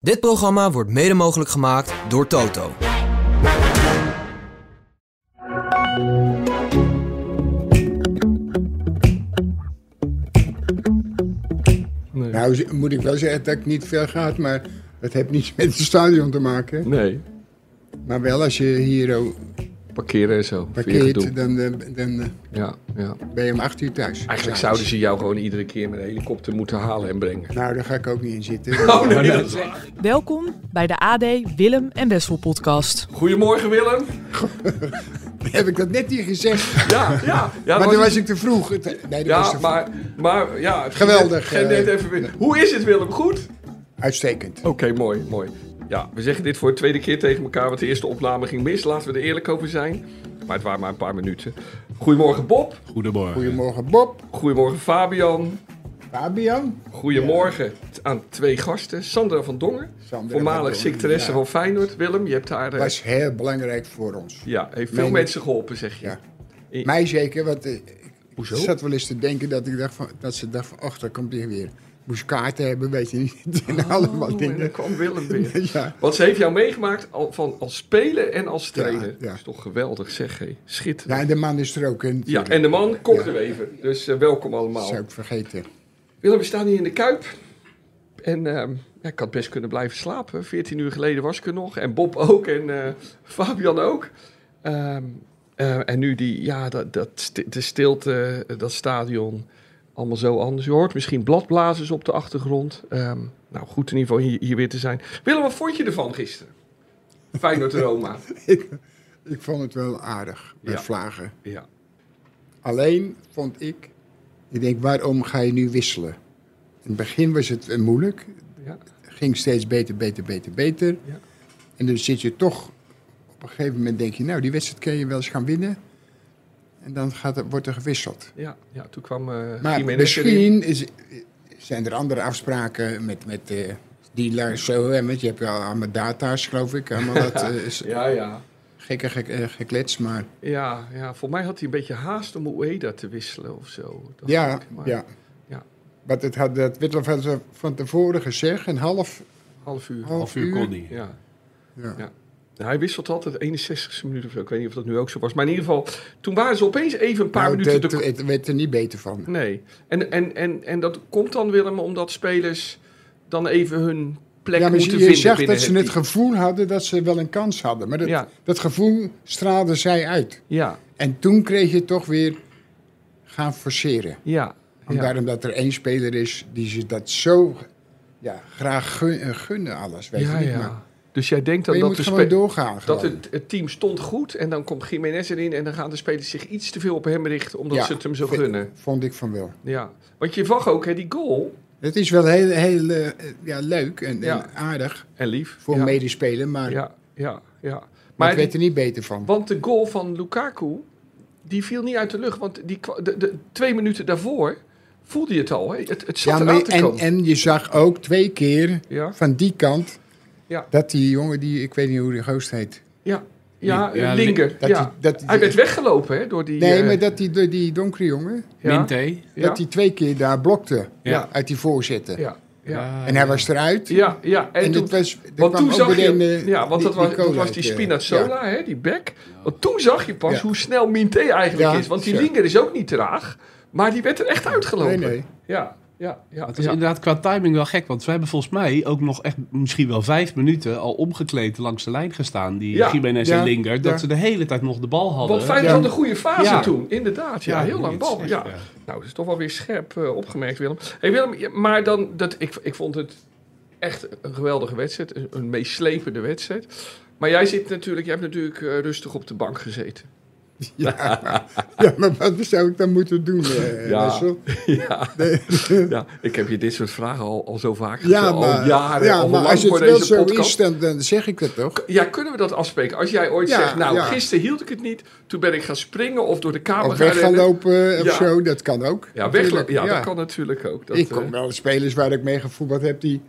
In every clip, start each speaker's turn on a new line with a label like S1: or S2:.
S1: Dit programma wordt mede mogelijk gemaakt door Toto.
S2: Nou z- moet ik wel zeggen dat ik niet ver gaat, maar het heeft niets met het stadion te maken.
S3: Nee,
S2: Maar wel als je hier oh,
S3: parkeren en zo. Vind je
S2: parkeert,
S3: gedoe.
S2: dan, eh, dan eh,
S3: Ja, ja.
S2: ben je om acht uur thuis.
S3: Eigenlijk zouden ze jou gewoon iedere keer met een helikopter moeten halen en brengen.
S2: Nou, daar ga ik ook niet in zitten.
S3: dat is echt-
S4: Welkom bij de AD Willem en Wessel podcast.
S3: Goedemorgen Willem.
S2: Heb ik dat net hier gezegd?
S3: Ja, ja. ja
S2: maar
S3: was-
S2: toen was ik te vroeg. Het- Nee, dat was te vroeg.
S3: Ja, maar, maar ja. het ging
S2: Geweldig,
S3: net- ging
S2: eh.
S3: net even weer. Hoe is het Willem? Goed?
S2: Uitstekend.
S3: Oké, mooi, mooi. Ja, we zeggen dit voor de tweede keer tegen elkaar, want de eerste opname ging mis. Laten we er eerlijk over zijn. Maar het waren maar een paar minuten. Goedemorgen Bob.
S2: Goedemorgen Bob,
S3: Goedemorgen Fabian.
S2: Fabian.
S3: Goedemorgen aan twee gasten. Sandra van Dongen,
S2: Sandra van
S3: voormalig
S2: Dongen,
S3: secretaresse
S2: ja.
S3: van Feyenoord. Willem, je hebt haar... eh,
S2: was heel belangrijk voor ons.
S3: Ja, heeft veel
S2: Mijn-
S3: mensen geholpen, zeg je.
S2: Ja.
S3: Ik-
S2: Mij zeker, want eh, ik
S3: Hoezo?
S2: zat wel eens te denken dat, ik dacht van, dat ze dacht van, ach, daar komt hij weer. Moest kaarten hebben, weet je niet. En allemaal
S3: Oh, en dan
S2: dingen.
S3: kwam Willem weer.
S2: Ja.
S3: Want ze heeft jou meegemaakt al, van als speler en als trainer.
S2: ja.
S3: Dat is toch geweldig, zeg hé. Schitterend.
S2: ja, en de man is er ook. hè,
S3: Ja,
S2: natuurlijk.
S3: en de man, Kok
S2: Ja.
S3: de Wever. Dus eh, welkom
S2: Dat
S3: allemaal.
S2: zou ik vergeten.
S3: Willem, we staan hier in de Kuip. En ehm, ja, ik had best kunnen blijven slapen. 14 uur geleden was ik er nog. En Bob ook. En eh, Fabian ook. Ehm, eh, en nu die, ja, dat, dat, sti- de stilte, eh, dat stadion. Allemaal zo anders. Je hoort misschien bladblazers op de achtergrond. Ehm, nou, goed in ieder geval hier, hier weer te zijn. Willem, wat vond je ervan gisteren? Feyenoord Roma.
S2: Ik, ik vond het wel aardig bij
S3: Ja.
S2: Vlagen.
S3: Ja.
S2: Alleen vond ik, ik denk, waarom ga je nu wisselen? In het begin was het eh, moeilijk.
S3: ja.
S2: Het ging steeds beter, beter, beter, beter.
S3: Ja.
S2: En dan zit je toch, op een gegeven moment denk je, nou, die wedstrijd kun je wel eens gaan winnen. En dan gaat er, wordt er gewisseld.
S3: Ja, ja, toen kwam eh
S2: Maar
S3: Jiménez erin.
S2: misschien is, zijn er andere afspraken met, met eh dealers. Zo, hè, want je hebt wel allemaal data's, geloof ik. Allemaal wat eh, is
S3: Ja, ja.
S2: gekke gek, eh, geklets, maar...
S3: Ja, ja, voor mij had hij een beetje haast om Ueda te wisselen of zo. dacht
S2: Ja,
S3: ik. Maar
S2: ja.
S3: ja.
S2: Want het had dat Witlof had ze van tevoren gezegd, een half,
S3: Half uur.
S2: half uur.
S3: Ja.
S2: Ja.
S3: Ja. Nou, hij wisselt altijd 61ste minuut of zo. Ik weet niet of dat nu ook zo was. Maar in ieder geval, toen waren ze opeens even een paar
S2: Nou,
S3: minuten...
S2: het,
S3: de-
S2: het werd er niet beter van.
S3: Nee. En, en, en, en dat komt dan, Willem, omdat spelers dan even hun plek
S2: Ja, maar
S3: moeten
S2: je
S3: vinden
S2: zag
S3: binnen
S2: dat ze het
S3: team.
S2: gevoel hadden dat ze wel een kans hadden. Maar dat,
S3: Ja.
S2: dat gevoel straalde zij uit.
S3: Ja,
S2: En toen kreeg je toch weer gaan forceren.
S3: ja.
S2: En
S3: ja.
S2: Daarom dat er één speler is die ze dat zo ja, graag gun- eh, gunnen, alles. Weet
S3: ja,
S2: je niet,
S3: ja.
S2: maar, maar
S3: Dus jij denkt dan
S2: je
S3: dat
S2: moet
S3: de
S2: gewoon
S3: spe-
S2: doorgaan.
S3: Dat
S2: gewoon.
S3: het, het team stond goed en dan komt Jiménez erin en dan gaan de spelers zich iets te veel op hem richten omdat
S2: Ja,
S3: ze het hem zo
S2: vind-
S3: gunnen.
S2: Vond ik van wel.
S3: Ja, want je zag ook hè, die goal.
S2: Het is wel heel, heel eh, ja, leuk en,
S3: Ja.
S2: en aardig.
S3: En lief.
S2: voor
S3: ja.
S2: medespelen, maar, maar
S3: Ja, ja, ja.
S2: ik
S3: Maar
S2: weet
S3: die-
S2: er niet beter van.
S3: want de goal van Lukaku, die viel niet uit de lucht. Want die, kwa- de, de, twee minuten daarvoor voelde je het al. Hè? Het, het zat
S2: Ja,
S3: ja,
S2: maar-
S3: eraan te
S2: en,
S3: komen.
S2: en je zag ook twee keer
S3: Ja,
S2: van die kant
S3: Ja.
S2: dat die jongen, die, ik weet niet hoe die goos heet.
S3: ja, ja,
S5: Ja,
S3: Linger.
S2: Dat
S3: ja.
S2: die- dat die-
S3: Hij werd weggelopen hè, door die...
S2: Nee,
S3: eh,
S2: maar dat die, die- die donkere jongen,
S3: ja,
S5: Minté.
S3: ja,
S2: dat die twee keer daar blokte
S3: Ja.
S2: uit die voorzetten.
S3: Ja, ja.
S2: En hij was eruit.
S3: Ja, ja, en,
S2: En,
S3: toen,
S2: dit was, er
S3: Want
S2: kwam
S3: toen
S2: ook
S3: zag je,
S2: meteen, eh,
S3: ja, want
S2: die-
S3: dat was
S2: die
S3: die,
S2: goal
S3: was
S2: uit,
S3: die
S2: eh,
S3: Spinazzola,
S2: ja.
S3: hè, die bek. Want toen zag je pas
S2: Ja.
S3: hoe snel Minté eigenlijk
S2: Ja,
S3: is. Want die
S2: zeker.
S3: Linger is ook niet traag, maar die werd er echt
S2: Nee,
S3: uitgelopen.
S2: nee.
S3: Ja, ja, ja.
S5: Het is
S3: ja.
S5: inderdaad qua timing wel gek, want we hebben volgens mij ook nog echt misschien wel vijf minuten al omgekleed langs de lijn gestaan, die
S3: Ja.
S5: Jiménez
S2: Ja.
S5: en Linger, dat
S2: Ja.
S5: ze de hele tijd nog de bal hadden.
S3: Want Feyenoord
S2: Ja.
S3: had een goede fase
S5: Ja.
S3: toen, inderdaad. Ja, heel lang
S5: het
S3: bal.
S5: is
S3: Ja.
S5: echt,
S3: Nou, dat is toch wel weer scherp eh, opgemerkt, Willem. Hey, Willem, je- maar dan, dat, ik, ik vond het echt een geweldige wedstrijd. Een, een meeslepende wedstrijd. Maar jij zit natuurlijk, jij hebt natuurlijk eh, rustig op de bank gezeten.
S2: Ja, maar wat zou ik dan moeten doen, eh,
S3: Ja.
S2: Wessel?
S3: Ja. ja, ik heb je dit soort vragen al, al zo vaak gesteld.
S2: Ja, maar, eh,
S3: al jaren,
S2: ja,
S3: al
S2: maar
S3: lang
S2: als het
S3: voor
S2: wel
S3: deze
S2: zo
S3: podcast.
S2: is, dan, dan zeg ik dat toch?
S3: Ja, kunnen we dat afspreken? Als jij ooit
S2: Ja,
S3: zegt, nou,
S2: ja.
S3: gisteren hield ik het niet. Toen ben ik gaan springen of door de kamer
S2: Of weg gaan
S3: rennen.
S2: lopen eh, of
S3: Ja.
S2: zo, dat kan ook.
S3: Ja, weglopen.
S2: natuurlijk.
S3: Ja, dat kan natuurlijk ook. Dat,
S2: ik
S3: eh,
S2: kom wel spelers waar ik mee gevoetbald heb die...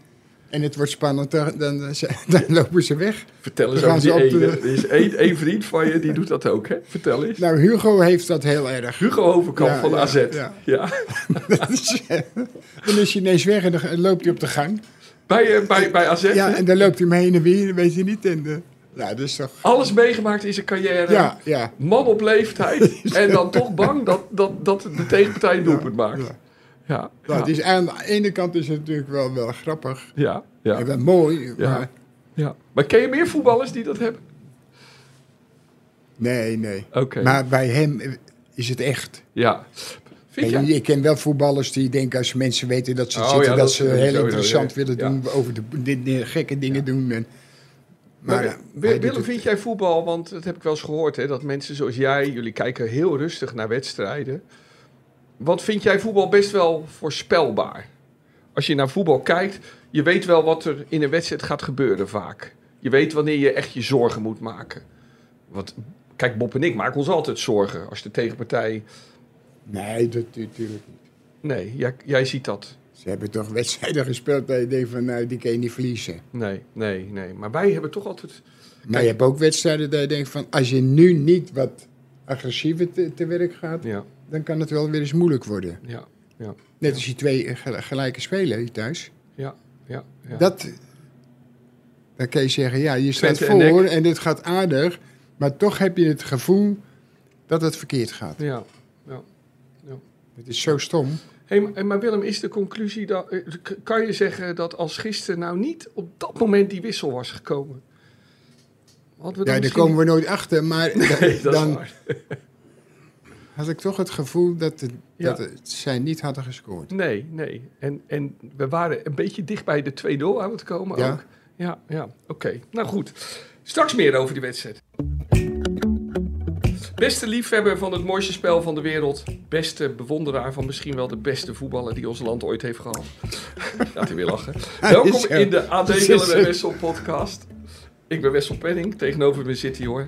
S2: En het wordt spannend, dan, dan, dan lopen ze weg.
S3: vertel eens
S2: We gaan
S3: over die
S2: ze op de-
S3: ene. Er is één, één vriend van je, die doet dat ook, hè? Vertel eens.
S2: Nou, Hugo heeft dat heel erg.
S3: Hugo Overkamp
S2: Ja,
S3: van
S2: ja,
S3: AZ. Ja.
S2: Dus, eh, ja. dan is hij ineens weg en dan loopt hij op de gang.
S3: Bij, eh, bij, bij AZ.
S2: Ja,
S3: hè?
S2: en dan loopt hij me heen en weer, dan weet je niet. En, eh, ja, dus toch...
S3: Alles meegemaakt in zijn carrière.
S2: Ja, ja.
S3: Man op leeftijd. en dan toch bang dat, dat, dat de tegenpartij een doelpunt maakt. Ja,
S2: ja.
S3: ja,
S2: Nou, het is, aan de ene kant is het natuurlijk wel, wel grappig
S3: ja,
S2: en
S3: ja,
S2: wel mooi.
S3: Ja.
S2: Maar
S3: ja. Maar ken je meer voetballers die dat hebben?
S2: nee, nee.
S3: Oké.
S2: Maar bij hem eh, is het echt.
S3: Ja. Vind
S2: En
S3: je?
S2: Ik ken wel voetballers die denken als mensen weten dat ze het
S3: Oh,
S2: zitten,
S3: ja,
S2: dat,
S3: dat
S2: ze
S3: sowieso,
S2: heel
S3: ja,
S2: interessant
S3: ja.
S2: willen
S3: Ja.
S2: doen over de, de- de gekke dingen doen. En, maar,
S3: Maar,
S2: eh,
S3: Wi-
S2: hij doet
S3: Willem,
S2: het-
S3: vind jij voetbal, want dat heb ik wel eens gehoord, hè, dat mensen zoals jij, jullie kijken heel rustig naar wedstrijden. Wat vind jij voetbal best wel voorspelbaar? Als je naar voetbal kijkt, je weet wel wat er in een wedstrijd gaat gebeuren vaak. Je weet wanneer je echt je zorgen moet maken. Want, kijk, Bob en ik maken ons altijd zorgen als de tegenpartij...
S2: Nee, dat natuurlijk niet.
S3: Nee, jij, jij ziet dat.
S2: Ze hebben toch wedstrijden gespeeld dat je denkt van, nou, die kan je niet verliezen.
S3: Nee, nee, nee. Maar wij hebben toch altijd...
S2: Maar je hebt ook wedstrijden dat je denkt van, als je nu niet wat agressiever te, te werk gaat,
S3: Ja,
S2: dan kan het wel weer eens moeilijk worden.
S3: ja, ja,
S2: Net als die twee eh, gel- gelijke spelen hier thuis.
S3: ja, ja. ja.
S2: Dat, dan kan je zeggen, ja, je staat
S3: Twente en
S2: voor en dit gaat aardig, maar toch heb je het gevoel dat het verkeerd gaat.
S3: ja.
S2: Het is zo stom.
S3: Hey, maar- maar Willem, is de conclusie dat. eh, k- Kan je zeggen dat als gisteren nou niet op dat moment die wissel was gekomen? Hadden
S2: Ja,
S3: we dan
S2: daar
S3: misschien-
S2: komen we nooit achter, maar
S3: Nee, dat is
S2: dan
S3: waar.
S2: had ik toch het gevoel dat, het,
S3: Ja.
S2: dat het- zij niet hadden gescoord.
S3: Nee, nee. En, en we waren een beetje dicht bij de 2-0 aan het komen
S2: Ja.
S3: ook. Ja, ja. Oké. Nou goed. Straks meer over die wedstrijd. Beste liefhebber van het mooiste spel van de wereld. Beste bewonderaar van misschien wel de beste voetballer die ons land ooit heeft gehad. Gaat hij weer lachen. Welkom
S2: is er.
S3: in de AD
S2: Is
S3: Willem en
S2: er.
S3: Wessel podcast. Ik ben Wessel Penning. Tegenover me zit hij hoor.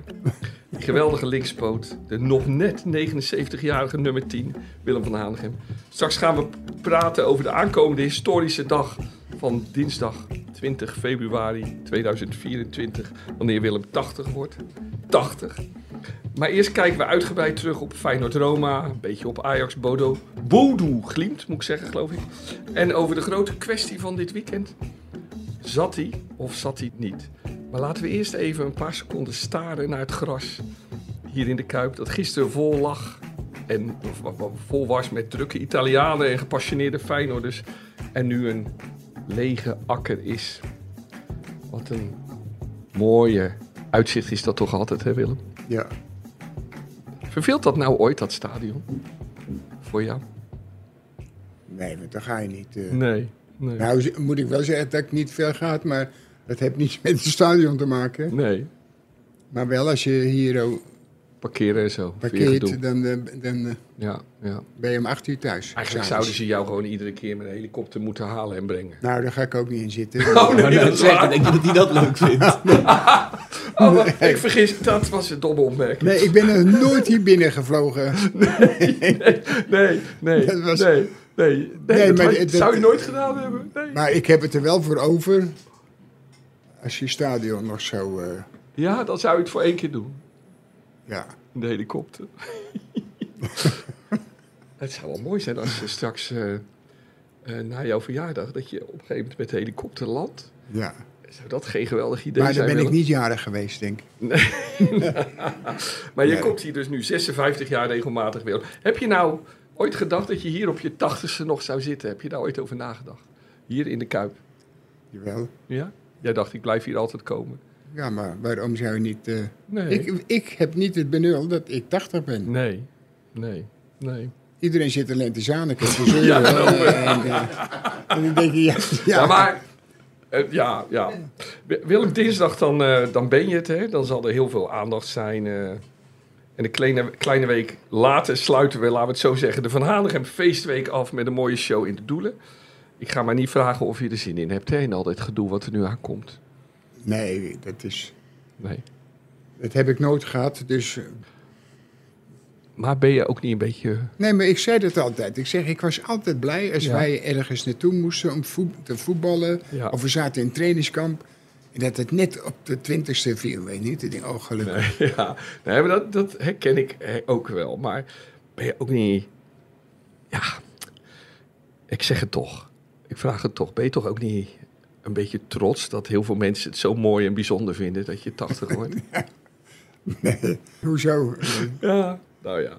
S3: Geweldige linkspoot. De nog net 79-jarige nummer 10, Willem van Hanegem. Straks gaan we praten over de aankomende historische dag van dinsdag 20 februari 2024. Wanneer Willem 80 wordt. 80. Maar eerst kijken we uitgebreid terug op Feyenoord Roma. Een beetje op Ajax Bodo. Bodo glimt, moet ik zeggen, geloof ik. En over de grote kwestie van dit weekend. Zat hij of zat hij niet? Maar laten we eerst even een paar seconden staren naar het gras hier in de Kuip. Dat gisteren vol lag en w- w- vol was met drukke Italianen en gepassioneerde Feyenoorders. En nu een lege akker is. Wat een mooie uitzicht is dat toch altijd, hè Willem?
S2: Ja.
S3: Verveelt dat nou ooit, dat stadion? Voor jou?
S2: Nee, want dan ga je niet. eh.
S3: Nee. Nee.
S2: Nou z- moet ik wel zeggen dat ik niet veel gaat, maar dat heeft niets met het stadion te maken.
S3: nee.
S2: Maar wel als je hier oh,
S3: Parkeren en zo. Weer gedoe.
S2: parkeert, dan, eh, dan eh,
S3: Ja, ja.
S2: ben je om acht uur thuis.
S3: Eigenlijk
S2: s'avonds.
S3: zouden ze jou gewoon iedere keer met een helikopter moeten halen en brengen.
S2: Nou, daar ga ik ook niet in zitten.
S3: Oh, nee,
S5: Maar
S3: dat
S5: dat
S3: is
S5: zegt,
S3: waar.
S5: ik denk dat hij dat leuk vindt.
S3: Oh, wat- ik vergis, dat was een domme opmerking.
S2: Nee, ik ben nog nooit hier binnen gevlogen.
S3: Nee, nee,
S2: Dat was-
S3: nee, nee. nee,
S2: Nee,
S3: dat
S2: maar
S3: had-
S2: dit-
S3: zou je
S2: dit-
S3: nooit gedaan hebben? Nee.
S2: Maar ik heb het er wel voor over. Als je stadion nog zo. eh,
S3: Ja, dan zou je het voor één keer doen.
S2: ja.
S3: In de helikopter. het zou wel mooi zijn als je straks eh, eh, na jouw verjaardag... dat je op een gegeven moment met de helikopter landt.
S2: ja.
S3: Zou dat geen geweldig idee
S2: Maar dan
S3: zijn?
S2: ben ik
S3: Willem?
S2: niet jarig geweest, denk ik.
S3: Maar je
S2: Nee.
S3: komt hier dus nu 56 jaar regelmatig weer. Heb je nou ooit gedacht dat je hier op je tachtigste nog zou zitten? Heb je daar ooit over nagedacht? Hier in de Kuip.
S2: Jawel.
S3: Ja? Jij dacht, ik blijf hier altijd komen.
S2: Ja, maar waarom zou je niet. eh,
S3: Nee.
S2: Ik, ik heb niet het benul dat ik 80 ben.
S3: Nee. Nee. Nee.
S2: Iedereen zit er lente zaniken te zeuren. ja, en, eh, en dan denk je, ja,
S3: Ja,
S2: ja,
S3: maar... eh, ja, ja. Wi- Willem, dinsdag dan, eh, dan ben je het. Hè? Dan zal er heel veel aandacht zijn. eh. En een kleine, kleine week later sluiten we, laten we het zo zeggen... de Van Hanegem feestweek af met een mooie show in de Doelen. Ik ga maar niet vragen of je er zin in hebt. Hè? In al dit gedoe wat er nu aankomt.
S2: Nee, dat, is,
S3: Nee.
S2: dat heb ik nooit gehad. Dus, eh,
S3: Maar ben je ook niet een beetje...
S2: nee, maar ik zei dat altijd. Ik zeg, ik was altijd blij als
S3: Ja.
S2: wij ergens naartoe moesten om voet, te voetballen.
S3: Ja.
S2: Of we zaten in een trainingskamp. En dat het net op de twintigste viel, weet je niet. Ik denk, oh gelukkig.
S3: Ja, nee, maar dat, dat herken ik eh, ook wel. Maar ben je ook niet... Ja, ik zeg het toch. Ik vraag het toch. Ben je toch ook niet een beetje trots dat heel veel mensen het zo mooi en bijzonder vinden dat je 80 wordt.
S2: Hoezo?
S3: ja, nou ja.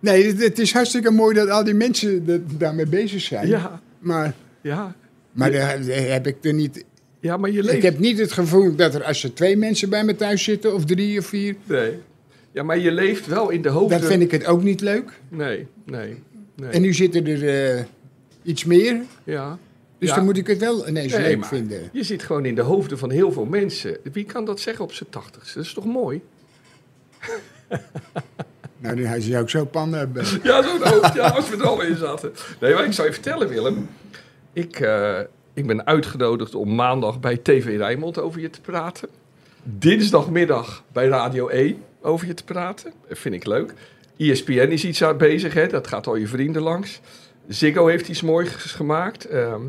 S2: Nee, het, het is hartstikke mooi dat al die mensen dat- daarmee bezig zijn.
S3: Ja,
S2: Maar,
S3: ja.
S2: maar daar, daar heb ik er niet...
S3: Ja, maar je leeft.
S2: Ik heb niet het gevoel dat er als er twee mensen bij me thuis zitten... of drie of vier...
S3: Nee. Ja, maar je leeft wel in de hoofden.
S2: dan vind ik het ook niet leuk.
S3: Nee, nee, nee.
S2: En nu zitten er eh, iets meer...
S3: Ja.
S2: Dus
S3: Ja.
S2: dan moet ik het wel ineens
S3: Nee,
S2: leuk
S3: maar
S2: vinden.
S3: Je zit gewoon in de hoofden van heel veel mensen. Wie kan dat zeggen op zijn tachtigste? Dat is toch mooi?
S2: Nou, dan had je ook zo panden hebben.
S3: Ja, zo'n hoofd. Ja, als we er al in zaten. Nee, maar ik zou je vertellen, Willem. Ik, eh, ik ben uitgenodigd om maandag bij TV Rijnmond over je te praten. Dinsdagmiddag bij Radio 1 over je te praten. Dat vind ik leuk. E ESPN is iets aan bezig, hè? dat gaat al je vrienden langs. Ziggo heeft iets moois gemaakt. Ehm,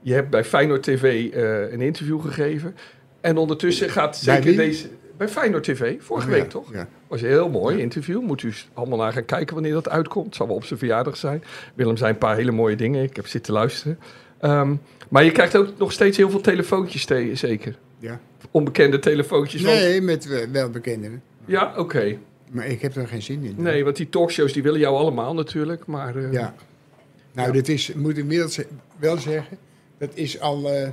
S3: je hebt bij Feyenoord TV eh, een interview gegeven. En ondertussen gaat zeker
S2: wie? Oh,
S3: deze... Bij Feyenoord TV, vorige
S2: Ja,
S3: week toch?
S2: Ja.
S3: was een heel mooi interview. Moet u s- allemaal naar gaan kijken wanneer dat uitkomt. Het zal wel op zijn verjaardag zijn. Willem zei een paar hele mooie dingen. Ik heb zitten luisteren. Ehm, maar je krijgt ook nog steeds heel veel telefoontjes te- zeker.
S2: Ja.
S3: Onbekende telefoontjes. want-
S2: Nee, met eh, welbekenden.
S3: Ja, oké.
S2: Maar ik heb er geen zin in.
S3: Nee, want die talkshows die willen jou allemaal natuurlijk. Maar eh,
S2: Ja. Nou, dit is, moet ik wel ze- wel zeggen, dat is al eh,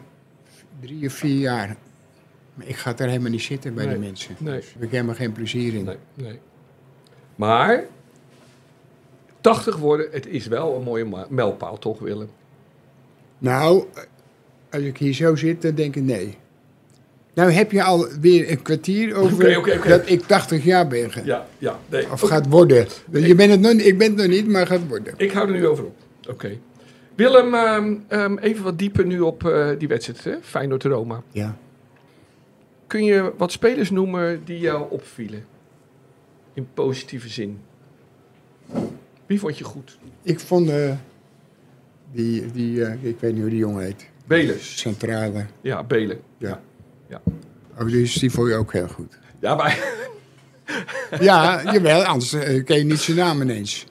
S2: drie of vier jaar. Maar ik ga er helemaal niet zitten bij
S3: Nee.
S2: die mensen.
S3: Nee.
S2: Dus Daar heb ik helemaal geen plezier in.
S3: nee, nee. Maar 80 worden, het is wel een mooie ma- mijlpaal toch Willem?
S2: Nou, eh, als ik hier zo zit, dan denk ik nee. Nou heb je alweer een kwartier over
S3: Oké, oké, oké.
S2: dat ik 80 jaar ben. ge-
S3: Ja, ja. Nee.
S2: Of gaat worden. Je bent het nog, niet- ik ben het nog niet, maar gaat worden.
S3: Ik hou er nu over op. Oké. Willem, ehm, ehm, even wat dieper nu op eh, die wedstrijd, hè? Feyenoord-Roma.
S2: Ja.
S3: Kun je wat spelers noemen die jou opvielen? In positieve zin. Wie vond je goed?
S2: Ik vond eh, die, die eh, ik weet niet hoe die jongen heet.
S3: Belen.
S2: Centrale.
S3: Ja, Belen.
S2: Ja.
S3: Ja.
S2: Oh, dus die vond je ook heel goed.
S3: Ja, maar...
S2: Ja, jawel, anders eh, ken je niet zijn naam ineens.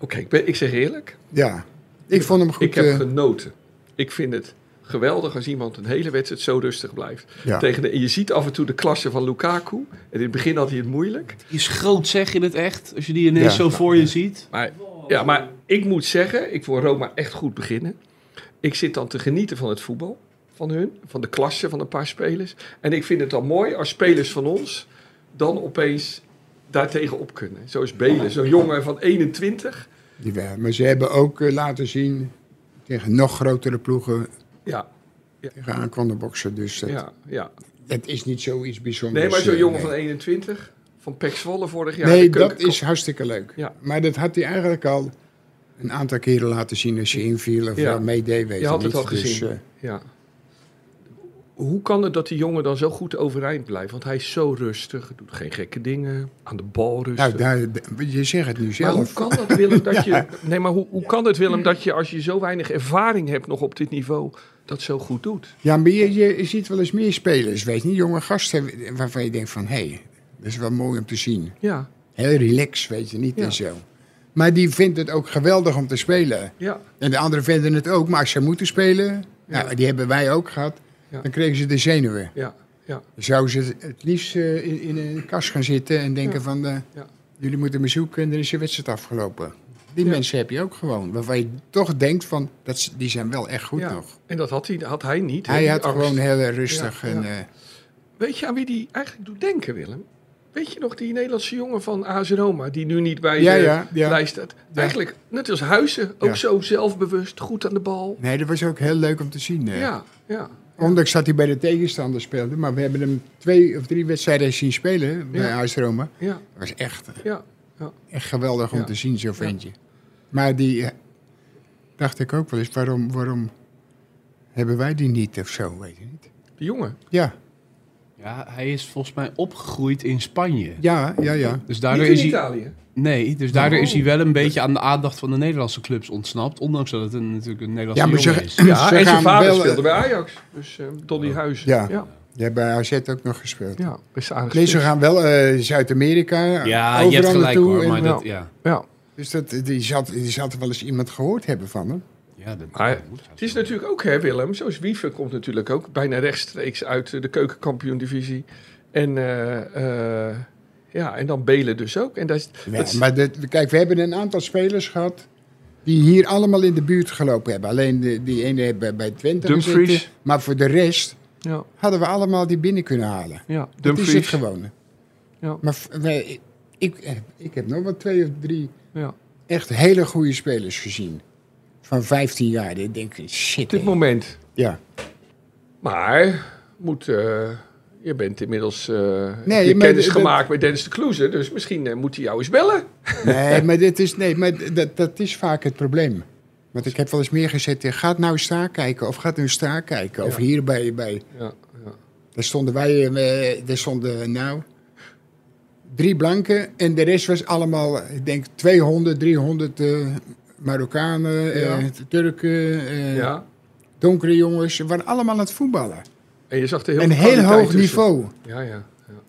S3: Oké, ik, ben- ik zeg eerlijk.
S2: Ja. Ik vond hem goed.
S3: ik heb
S2: eh,
S3: genoten. Ik vind het geweldig als iemand een hele wedstrijd zo rustig blijft.
S2: ja.
S3: Tegen de, en je ziet af en toe de klasse van Lukaku. En in het begin had hij het moeilijk.
S5: Die is groot zeg in het echt, als je die ineens
S2: Ja.
S5: zo voor je ziet.
S3: Maar, ja, maar ik moet zeggen, ik wil Roma echt goed beginnen. Ik zit dan te genieten van het voetbal van hun, van de klasse van een paar spelers. En ik vind het dan mooi als spelers van ons dan opeens daartegen op kunnen. Zo is Belen, zo'n jongen van 21.
S2: jawel, maar ze hebben ook eh, laten zien tegen nog grotere ploegen
S3: Ja,
S2: tegenaan konden boksen. Dus dat,
S3: ja, ja.
S2: dat is niet zoiets bijzonders.
S3: Nee, maar zo'n
S2: eh,
S3: jongen
S2: nee.
S3: van 21, van Pek Zwolle vorig jaar.
S2: Nee,
S3: de
S2: dat
S3: Keukenkampioen-
S2: is hartstikke leuk.
S3: Ja.
S2: Maar dat had hij eigenlijk al een aantal keren laten zien als je inviel of
S3: Ja.
S2: wel meedeed. weet
S3: Je had
S2: niet.
S3: het al
S2: Dus,
S3: gezien.
S2: eh,
S3: Ja. Hoe kan het dat die jongen dan zo goed overeind blijft? Want hij is zo rustig, doet geen gekke dingen, aan de bal rustig.
S2: nou, daar, d- je zegt het nu
S3: Dus, eh, Maar hoe
S2: zelf.
S3: kan dat, Willem, dat je... Nee, maar hoe, hoe kan het, Willem, dat je als je zo weinig ervaring hebt nog op dit niveau, dat zo goed doet?
S2: Ja, maar je, je ziet wel eens meer spelers, weet je, niet, jonge gasten waarvan je denkt van, hé, hey, dat is wel mooi om te zien.
S3: Ja,
S2: Heel relaxed, weet je, niet
S3: Ja.
S2: en zo. Maar die vindt het ook geweldig om te spelen.
S3: ja,
S2: En de anderen vinden het ook, maar als ze moeten spelen, nou, die hebben wij ook gehad,
S3: Ja.
S2: dan kregen ze de zenuwen.
S3: ja, ja.
S2: Zouden ze het liefst eh, in, in een kast gaan zitten en denken
S3: Ja.
S2: van, eh,
S3: Ja.
S2: jullie moeten me zoeken en dan is je wedstrijd afgelopen. Die
S3: Ja.
S2: mensen heb je ook gewoon, waarvan je toch denkt van, dat, ze- die zijn wel echt goed
S3: ja.
S2: nog.
S3: En dat had hij, had hij niet. hè,
S2: Hij
S3: die
S2: had
S3: angst.
S2: gewoon heel erg rustig
S3: Ja,
S2: en...
S3: ja.
S2: eh,
S3: Weet je aan wie die eigenlijk doet denken, Willem? Weet je nog die Nederlandse jongen van AS Roma, die nu niet bij
S2: Ja,
S3: de
S2: ja, ja.
S3: lijst staat? Eigenlijk, net als Huizen, ook
S2: Ja.
S3: zo zelfbewust, goed aan de bal.
S2: Nee, dat was ook heel leuk om te zien. eh.
S3: Ja,
S2: hè.
S3: ja, ja.
S2: Ondanks dat hij bij de tegenstander speelde. Maar we hebben hem twee of drie wedstrijden zien spelen bij
S3: Ja.
S2: AS Roma.
S3: ja.
S2: Dat was echt,
S3: ja.
S2: echt geweldig om
S3: Ja.
S2: te zien, zo'n
S3: Ja.
S2: ventje. Maar die eh, dacht ik ook wel eens, waarom, waarom hebben wij die niet of zo, weet je niet.
S3: Die jongen.
S2: Ja,
S5: Ja, hij is volgens mij opgegroeid in Spanje.
S2: ja, ja, ja.
S5: Dus
S3: Niet
S5: daardoor
S3: in
S5: is hij,
S3: Italië.
S5: nee, dus daardoor
S3: Oh.
S5: is hij wel een beetje aan de aandacht van de Nederlandse clubs ontsnapt. Ondanks dat het een, natuurlijk een Nederlandse
S2: Ja, maar
S5: jongen
S2: zeg-
S5: is.
S3: Ja,
S2: Ze
S3: en zijn
S2: gaan
S3: vader
S2: wel, eh, Oh.
S3: speelde bij Ajax. Dus eh Donny Huizen.
S2: Ja.
S3: ja.
S2: Je hebt bij AZ ook nog gespeeld.
S3: Ja, best aardig.
S2: Nee, ze
S3: spits.
S2: gaan wel eh, Zuid-Amerika,
S5: Ja,
S2: overal
S5: je hebt gelijk
S2: naartoe.
S5: hoor.
S2: en-
S5: Maar
S3: Ja.
S5: dat, ja.
S3: Ja.
S2: Dus dat, die, zat, die zat er wel eens iemand gehoord hebben van hem.
S5: Ja, dat,
S3: Maar
S5: dat moet.
S3: Het is natuurlijk ook, hè Willem, zoals Wiever komt natuurlijk ook bijna rechtstreeks uit eh, de keukenkampioen-divisie. En, eh, eh, ja, en dan Belen dus ook. En dat is,
S2: Ja,
S3: dat is-
S2: maar dit- kijk, we hebben een aantal spelers gehad die hier allemaal in de buurt gelopen hebben. Alleen de, die ene heeft bij, bij Twente
S3: Dumfries.
S2: gezeten. Maar voor de rest
S3: ja,
S2: hadden we allemaal die binnen kunnen halen.
S3: ja,
S2: Dat is het
S3: Dumfries.
S2: gewone.
S3: Ja.
S2: Maar v- wij- ik, eh, ik heb nog wel twee of drie
S3: Ja.
S2: echt hele goede spelers gezien. Van 15 jaar. Ik denk, shit.
S3: Op dit
S2: hé.
S3: moment.
S2: Ja.
S3: Maar moet, eh, je bent inmiddels eh
S2: Nee,
S3: je
S2: maar
S3: kennis
S2: dat-
S3: gemaakt met Dennis de Kloeze. Dus misschien eh, moet hij jou eens bellen.
S2: Nee, maar, dit is, nee, maar dat, dat is vaak het probleem. Want ik heb wel eens meer gezet. eh, Gaat nou eens daar kijken. Of gaat nu eens daar kijken. Of
S3: Ja.
S2: hier bij, bij.
S3: Ja, ja.
S2: Daar stonden wij. eh, Daar stonden nou. Drie blanken. En de rest was allemaal. Ik denk 200, 300 eh, Marokkanen. eh, Turken. eh,
S3: ja.
S2: Donkere jongens. We waren allemaal aan het voetballen.
S3: En je zag er heel
S2: Een
S3: veel
S2: heel
S3: kwaliteit
S2: hoog
S3: tussen.
S2: niveau.
S3: Ja, ja. ja.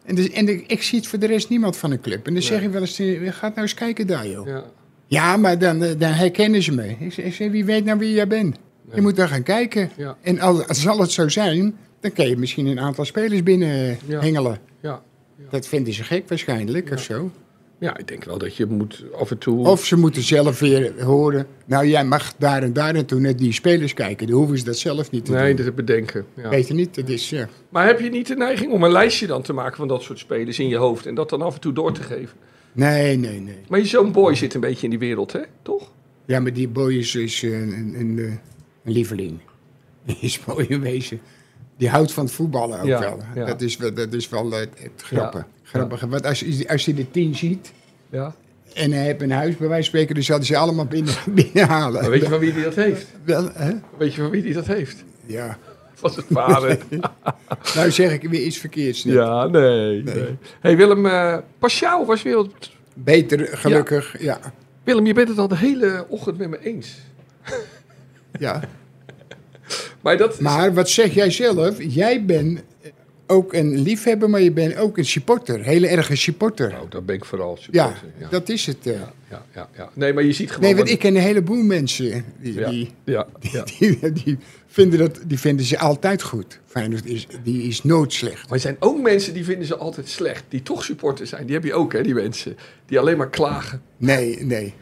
S2: En, dus, en ik, ik zie het voor de rest niemand van een club. En dan zeg
S3: Nee.
S2: ik wel eens, eh, gaat nou eens kijken daar, joh. Ja,
S3: ja.
S2: maar dan, eh, dan herkennen ze me. Ik zeg, ik zeg, wie weet nou wie jij bent.
S3: Nee.
S2: Je moet daar gaan kijken.
S3: Ja.
S2: En al, zal het zo zijn, dan kan je misschien een aantal spelers binnen eh,
S3: Ja.
S2: hengelen.
S3: Ja.
S2: Dat vinden ze gek waarschijnlijk, of zo.
S3: Ja, ik denk wel dat je moet af en toe...
S2: Of ze moeten zelf weer horen, nou jij mag daar en daar naartoe naar die spelers kijken. Dan hoeven ze dat zelf niet te
S3: nee,
S2: doen.
S3: dat bedenken. Ja.
S2: Beter niet, dat is... ja.
S3: Maar heb je niet de neiging om een lijstje dan te maken van dat soort spelers in je hoofd en dat dan af en toe door te geven?
S2: Nee, nee, nee.
S3: Maar je zo'n boy zit een beetje in die wereld, hè? Toch?
S2: Ja, maar die boy is, is eh, een, een, een, eh, een lieveling. Die is mooi een wezen. Die houdt van het voetballen ook
S3: Ja,
S2: wel.
S3: ja.
S2: Dat, is, wel- dat is wel eh, het, het grappige.
S3: Ja.
S2: grappige. Want als, je- als je de tien ziet
S3: Ja.
S2: en hij heeft een huis bij wijze van spreken, dan zal hij ze allemaal binnen, binnenhalen.
S3: Maar weet je van wie die dat heeft?
S2: wel, hè?
S3: Weet je van wie die dat heeft?
S2: Ja.
S3: Van zijn vader.
S2: Nou zeg ik weer iets verkeerds. niet.
S3: Ja, nee. nee. hey, Willem, eh Paschaal was weer... op-
S2: Beter, gelukkig. Ja. ja.
S3: Willem, je bent het al de hele ochtend met me eens. Maar dat...
S2: Maar wat zeg jij zelf? Jij bent ook een liefhebber, maar je bent ook een supporter. Hele erge supporter.
S3: Nou, dat ben ik vooral
S2: ja,
S3: supporter. Ja, ja.
S2: dat is het. eh.
S3: Ja, ja, Nee, maar je ziet gewoon...
S2: Nee, want
S3: wat-
S2: ik ken een heleboel mensen die,
S3: Ja,
S2: die,
S3: ja, ja.
S2: die, die vinden dat, die vinden ze altijd goed. Feyenoord is, die is nooit slecht.
S3: Maar er zijn ook mensen die vinden ze altijd slecht. Die toch supporter zijn. Die heb je ook, hè, die mensen. Die alleen maar klagen.
S2: Nee, nee.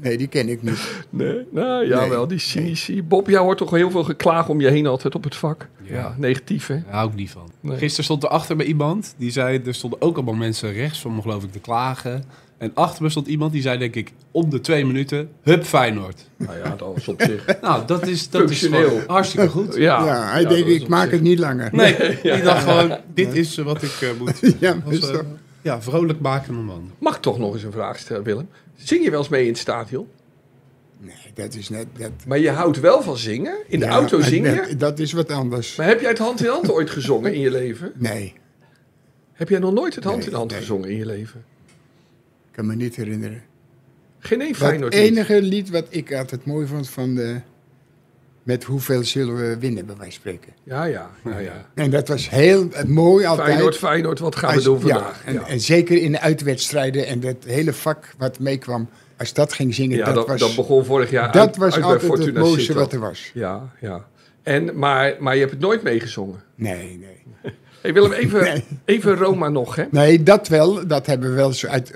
S2: Nee, die ken ik niet.
S3: Nee, nou jawel, die cynici. Bob, jij hoort toch heel veel geklaag om je heen altijd op het vak. Ja,
S5: Ja.
S3: negatief hè?
S5: Daar hou ik niet van.
S3: Nee.
S5: Gisteren stond er achter me iemand, die zei, er stonden ook allemaal mensen rechts van me geloof ik te klagen. En achter me stond iemand die zei denk ik om de twee minuten, hup Feyenoord.
S3: Nou ja, dat is op zich.
S5: Nou, dat is, dat is
S3: Functioneel.
S5: gewoon hartstikke goed.
S3: Ja,
S2: Ja, hij
S3: dat
S2: denkt,
S3: is
S2: ik
S3: op
S2: maak
S3: zich-
S2: het niet langer.
S5: Nee, die dacht gewoon, dit is eh, wat ik eh, moet.
S2: Ja, maar
S5: Was,
S2: is
S5: eh,
S2: toch-
S5: ja, vrolijk maken een man.
S3: Mag ik toch nog eens een vraag stellen, Willem? Zing je wel eens mee in het stadion?
S2: nee, dat is net... Dat,
S3: Maar je houdt wel van zingen? In de
S2: Ja,
S3: auto zing
S2: maar
S3: je?
S2: Dat, dat is wat anders.
S3: Maar heb jij het hand in hand ooit gezongen in je leven?
S2: Nee, ik
S3: Heb jij nog nooit het hand
S2: Nee,
S3: in hand
S2: nee.
S3: gezongen in je leven?
S2: kan me niet herinneren.
S3: Geen één
S2: Het
S3: Feyenoord lied.
S2: enige lied wat ik altijd mooi vond van de... Met hoeveel zullen we winnen, bij wijze van spreken.
S3: Ja, ja, ja, ja.
S2: En dat was heel eh, mooi altijd.
S3: Feyenoord, Feyenoord, wat gaan we
S2: Als-
S3: doen
S2: ja,
S3: vandaag?
S2: en,
S3: Ja.
S2: en zeker in de uitwedstrijden en dat hele vak wat meekwam. Als dat ging zingen,
S3: Ja,
S2: dat,
S3: dat,
S2: was,
S3: dat begon vorig jaar
S2: dat
S3: uit,
S2: was
S3: uit bij
S2: altijd het
S3: Fortuna
S2: mooiste
S3: Sittard.
S2: wat er was.
S3: Ja, ja. En, maar, maar je hebt het nooit meegezongen.
S2: Nee, nee.
S3: Hey Willem, even,
S2: Nee.
S3: even Roma nog, hè?
S2: Nee, dat wel. Dat hebben we wel eens uit...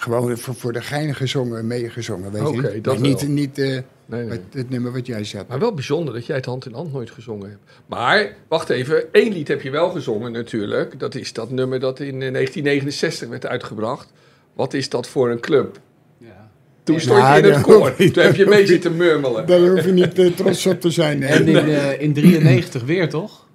S2: Gewoon voor, voor de gein gezongen, meegezongen, weet je
S3: Oké,
S2: niet.
S3: dat
S2: Maar niet,
S3: wel.
S2: niet eh,
S3: Nee, nee.
S2: wat- het nummer wat jij zat.
S3: Maar wel bijzonder dat jij het hand in hand nooit gezongen hebt. Maar, wacht even, één lied heb je wel gezongen natuurlijk. Dat is dat nummer dat in eh, 1969 werd uitgebracht. Wat is dat voor een club?
S5: Ja.
S3: Toen stond
S2: Nou,
S3: je in het
S2: dat
S3: koor.
S2: hoef ik-
S3: Toen heb je mee zitten murmelen.
S2: Daar hoef je niet eh, trots op te zijn. hè.
S5: En in, eh, in 93 weer, toch?